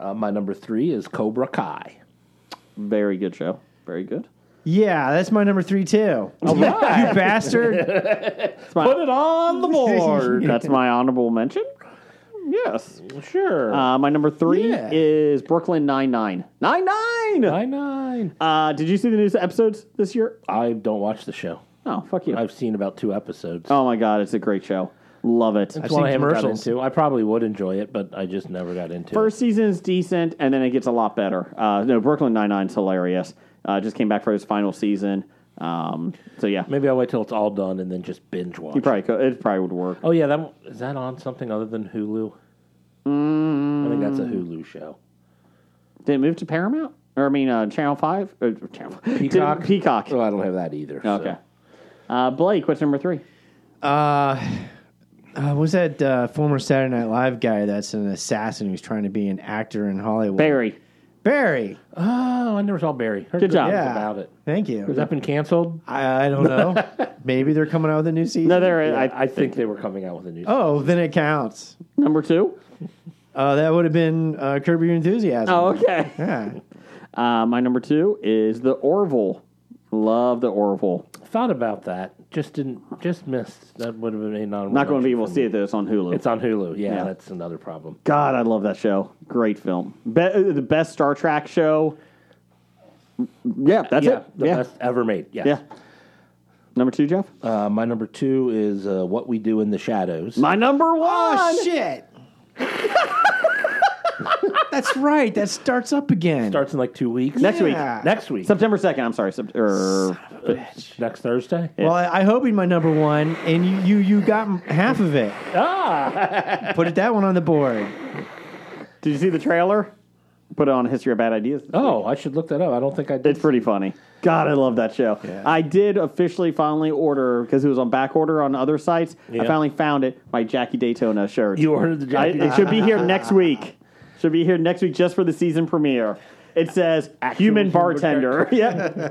Uh, my number three is Cobra Kai. Very good show. Very good. Yeah, that's my number three too. Oh, you bastard! That's my, Put it on the board. that's my honorable mention. Yes. sure. Uh, my number three Yeah. is Brooklyn Nine Nine. Nine Nine. I nine. Uh, did you see the new episodes this year? I don't watch the show. Oh, fuck you. I've seen about two episodes. oh my god, it's a great show. Love it. That's I've one seen I haven't got commercials. into. I probably would enjoy it, but I just never got into it. First season is decent, and then it gets a lot better. Uh, no, Brooklyn Nine Nine's hilarious. Uh, just came back for his final season. Um, so yeah, Maybe I'll wait till it's all done and then just binge watch. you probably could, it probably would work. Oh yeah, that is that on something other than Hulu? Mm. I think that's a Hulu show. Did it move to Paramount? Or I mean, uh, Channel Five? Or, Channel Peacock? Peacock. Oh, I don't have that either. so. Okay. Uh, Blake, what's number three? Uh, was that uh, former Saturday Night Live guy that's an assassin who's trying to be an actor in Hollywood? Barry. Barry. Oh, I never saw Barry. Heard Good job. things Yeah. About it. Thank Has you. that been canceled? I, I don't know. Maybe they're coming out with a new season. No, there. I, I, I think they were coming out with a new. Oh, then it counts. number two. Uh, that would have been uh, Curb Your Enthusiasm. Oh, okay. Yeah. Uh, my number two is the Orville. Love the Orville. Thought about that. Just didn't. Just missed. That would have been a non. Not going to be able to see it. though. It's on Hulu. It's on Hulu. Yeah, Yeah. that's another problem. God, I love that show. Great film. Be- uh, the best Star Trek show. Yeah, that's yeah, it. the yeah. best ever made. Yes. Yeah. Number two, Jeff. Uh, my number two is uh, What We Do in the Shadows. My number one. Ah, Oh shit! That's right. That starts up again. starts in like two weeks. Next Yeah. week. Next week. September 2nd. I'm sorry. Sep- er, Next Thursday. Well, I, I hope he's my number one, and you, you you got m- half of it. Ah. Put it that one on the board. did you see the trailer? Put it on History of Bad Ideas. Oh, I should look that up. I don't think I did. It's pretty funny. God, I love that show. I did officially finally order because it was on back order on other sites. Yeah. I finally found it. My Jackie Daytona shirt. You ordered the I, Jackie. it should be here next week. Should be here next week just for the season premiere. It says human bartender. yeah,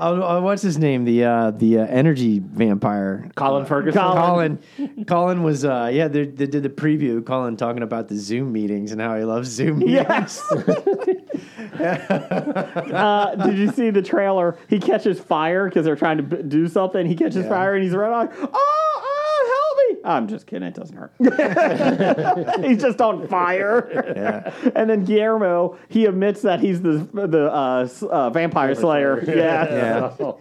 Oh, oh, what's his name? The uh, the uh, energy vampire. Colin Ferguson. Colin. Colin, Colin was uh, yeah. They, they did the preview. Colin talking about the Zoom meetings and how he loves Zoom meetings. yes. uh, did you see the trailer? He catches fire because they're trying to b- do something. He catches fire and he's right on. Oh, oh, help me! I'm just kidding. It doesn't hurt. he's just on fire. And then Guillermo, he admits that he's the the uh, s- uh, vampire slayer. Yeah. Yeah. Oh,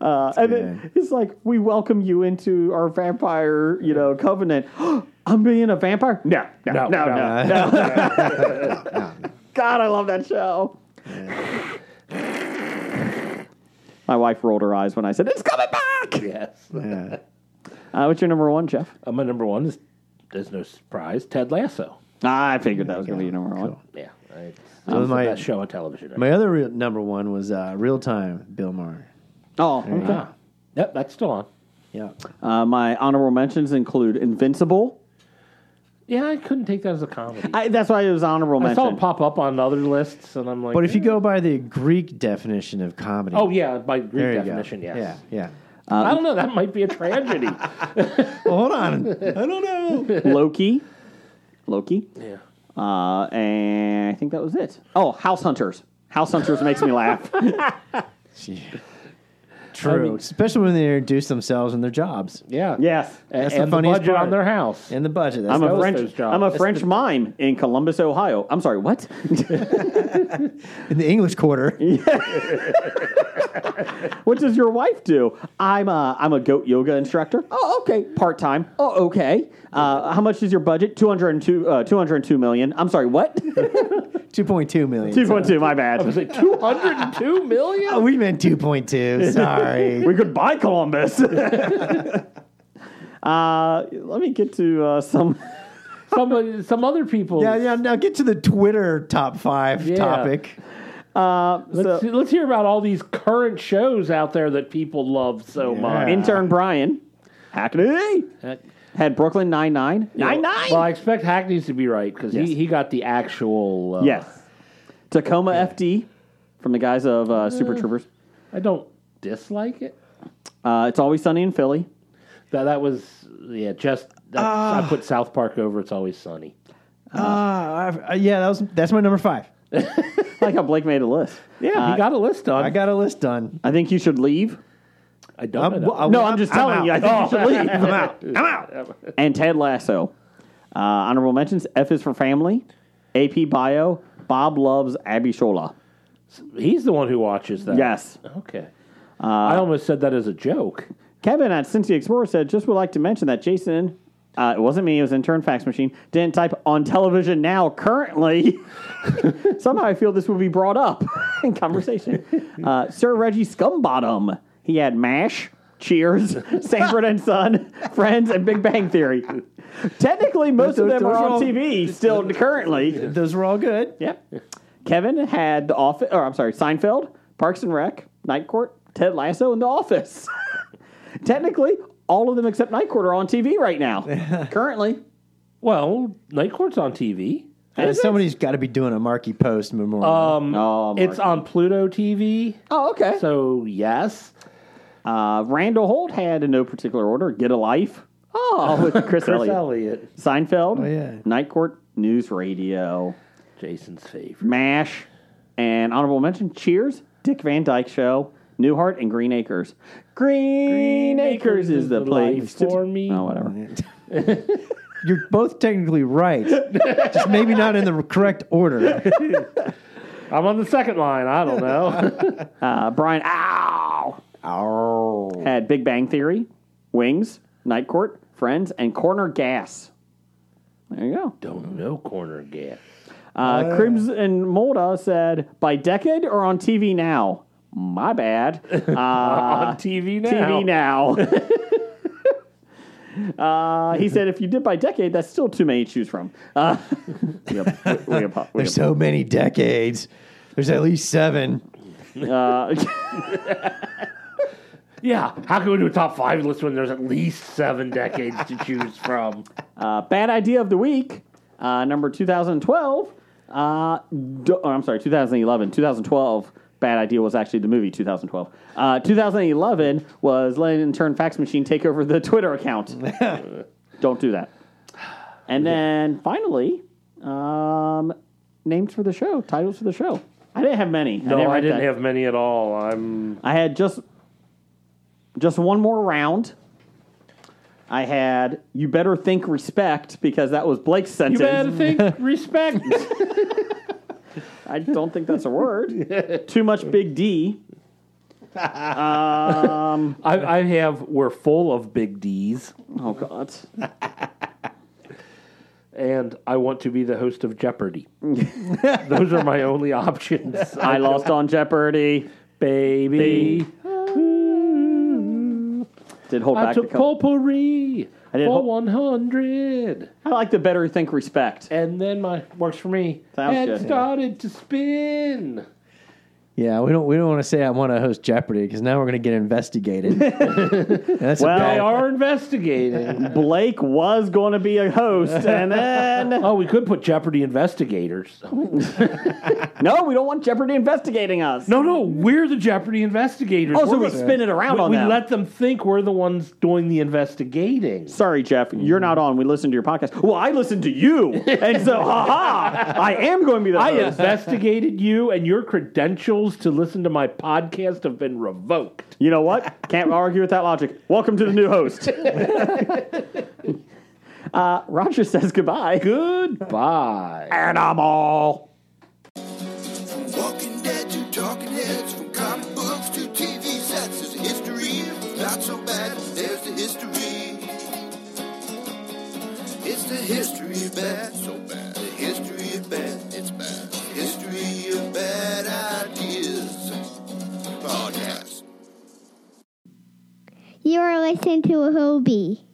Uh, and then it's like, we welcome you into our vampire, you know, covenant. I'm being a vampire? No, no, no, no, no. God, I love that show. My wife rolled her eyes when I said, it's coming back. Yes. Yeah. Uh, what's your number one, Jeff? Uh, my number one is, there's no surprise, Ted Lasso. I figured that was going to be your number one. Yeah. It's, So it's my- the best show on television. Right? My other real, number one was uh, Real Time Bill Maher. Oh, okay. Ah. Yep, that's still on. Yeah. Uh, my honorable mentions include Invincible. Yeah, I couldn't take that as a comedy. I, I, that's why it was honorable saw it mention. pop up on other lists, and I'm like, But if you eh. go by the Greek definition of comedy, oh yeah, by Greek there you definition, go. yes. Yeah, Uh, yeah. I don't know. That might be a tragedy. Well, hold on. I don't know. Loki. Loki. yeah. Uh, and I think that was it. Oh, House Hunters. House Hunters makes me laugh. True, Um, especially when they introduce themselves and their jobs Yeah. Yes. A- That's the and the, funniest budget part. on their house. and the budget. That's I'm a knows those French. jobs. I'm a That's French mime in Columbus, Ohio. I'm sorry, what? in the English quarter. what does your wife do? I'm a I'm a goat yoga instructor. Oh, okay, part time. Oh, okay. Uh, how much is your budget? 202 uh, 202 million. I'm sorry, what? Two point two million. 2.2. My bad. Like two hundred and two million. Oh, we meant two point two. Sorry. We could buy Columbus. uh, let me get to uh, some. some uh, some other people. yeah, yeah. Now get to the Twitter top five Yeah. topic. uh, so- Let's, see- let's hear about all these current shows out there that people love so much. Intern Brian. Hackney. That- had Brooklyn Nine Nine. Nine Nine. Well, I expect Hackney's to be right because he, he got the actual. Uh, Yes. Tacoma FD from the guys of Uh-huh. uh, Super Troopers. I don't dislike it. Uh, it's always sunny in Philly. That that was yeah. Just that's, Ah. I put South Park over. It's always sunny. Uh, yeah, that was that's my number five. I like how Blake made a list. Yeah, he got a list on. I got a list done. uh, I think you should leave. I don't know. that. No, I'm just telling you. I think you should leave. Oh. I'm out. I'm out. and Ted Lasso. Uh, honorable mentions: F is for Family, AP Bio, Bob loves Abby Shola. He's the one who watches that. Yes. Okay. Uh, I almost said that as a joke. Kevin at Cincy Explorer said, "Just would like to mention that Jason." Uh, it wasn't me. It was intern fax machine. Didn't type on television now. Currently, somehow I feel this will be brought up in conversation. Uh, Sir Reggie Scumbottom. He had Mash, Cheers, Sanford and Son, Friends, and Big Bang Theory. Technically, most of Those- them are those are on all- TV still currently. Those were all good. Yep. Kevin had the office, or I'm sorry, Seinfeld, Parks and Rec, Night Court, Ted Lasso, and The Office. Technically, all of them except Night Court are on TV right now. Currently, Well, Night Court's on TV. And somebody's got to be doing a Marky Post memorial. Um, Oh, it's on Pluto TV. oh, okay. So yes, uh, Randall Holt had, in no particular order, Get a Life. Oh, with Chris, Chris Elliott. Oh, Elliott, Seinfeld, yeah. Night Court, News Radio, Jason's favorite. Mash, and honorable mention: Cheers, Dick Van Dyke Show, Newhart, and Green Acres. Green, Acres is the place life to- for me. Oh, whatever. You're both technically right, just maybe not in the correct order. I'm on the second line. I don't know. Uh, Brian, ow, Oh, had Big Bang Theory, Wings, Night Court, Friends, and Corner Gas. There you go. don't know corner gas. Uh, Cribs and Molda said, by decade or on TV now? My bad. Uh, on TV now. TV now. Uh, he said, if you did by decade, that's still too many to choose from. Uh, we ap- we ap- we there's so many decades. There's at least seven. ap- uh, Yeah. How can we do a top five list when there's at least seven decades to choose from? Uh, bad idea of the week, uh, number 2012. Uh, do- or I'm sorry, 2011. 2012, bad idea was actually the movie 2012. Uh, 2011 was letting an intern fax machine take over the Twitter account. Don't do that. And then finally, um, names for the show, titles for the show. I didn't have many. No, I write didn't that. have many at all. I'm I had just just one more round. I had you better think respect because that was Blake's sentence. think respect. I don't think that's a word. Too much big D. I, I have we're full of big D's, Oh God. and I want to be the host of Jeopardy. Those are my only options. I lost on Jeopardy. baby. Did hold I back. A took couple. potpourri I did for hope- one hundred, I like the better think respect. and then my works for me. Sounds and good. started to spin. Yeah, we don't we don't want to say I want to host Jeopardy because now we're going to get investigated. That's a Well, They bad- are investigating. Blake was going to be a host, and then oh, we could put Jeopardy investigators. no, we don't want Jeopardy investigating us. No, no, we're the Jeopardy investigators. Oh, so We're we spin it around we, on we them. let them think we're the ones doing the investigating. Sorry, Jeff, you're not on. We listen to your podcast. Well, I listen to you, and so, haha, I am going to be the I uh, host. investigated you, and your credentials to listen to my podcast have been revoked. You know what? Can't argue with that logic. Welcome to the new host. uh, Roger says goodbye. Goodbye. Animal. Walking Dead to Talking Heads, from comic books to TV sets, there's a history. Not so bad, there's the history. It's the history of bad, so bad. The history of bad, it's bad. History of bad ideas. Podcast. You are listening to a Hobie.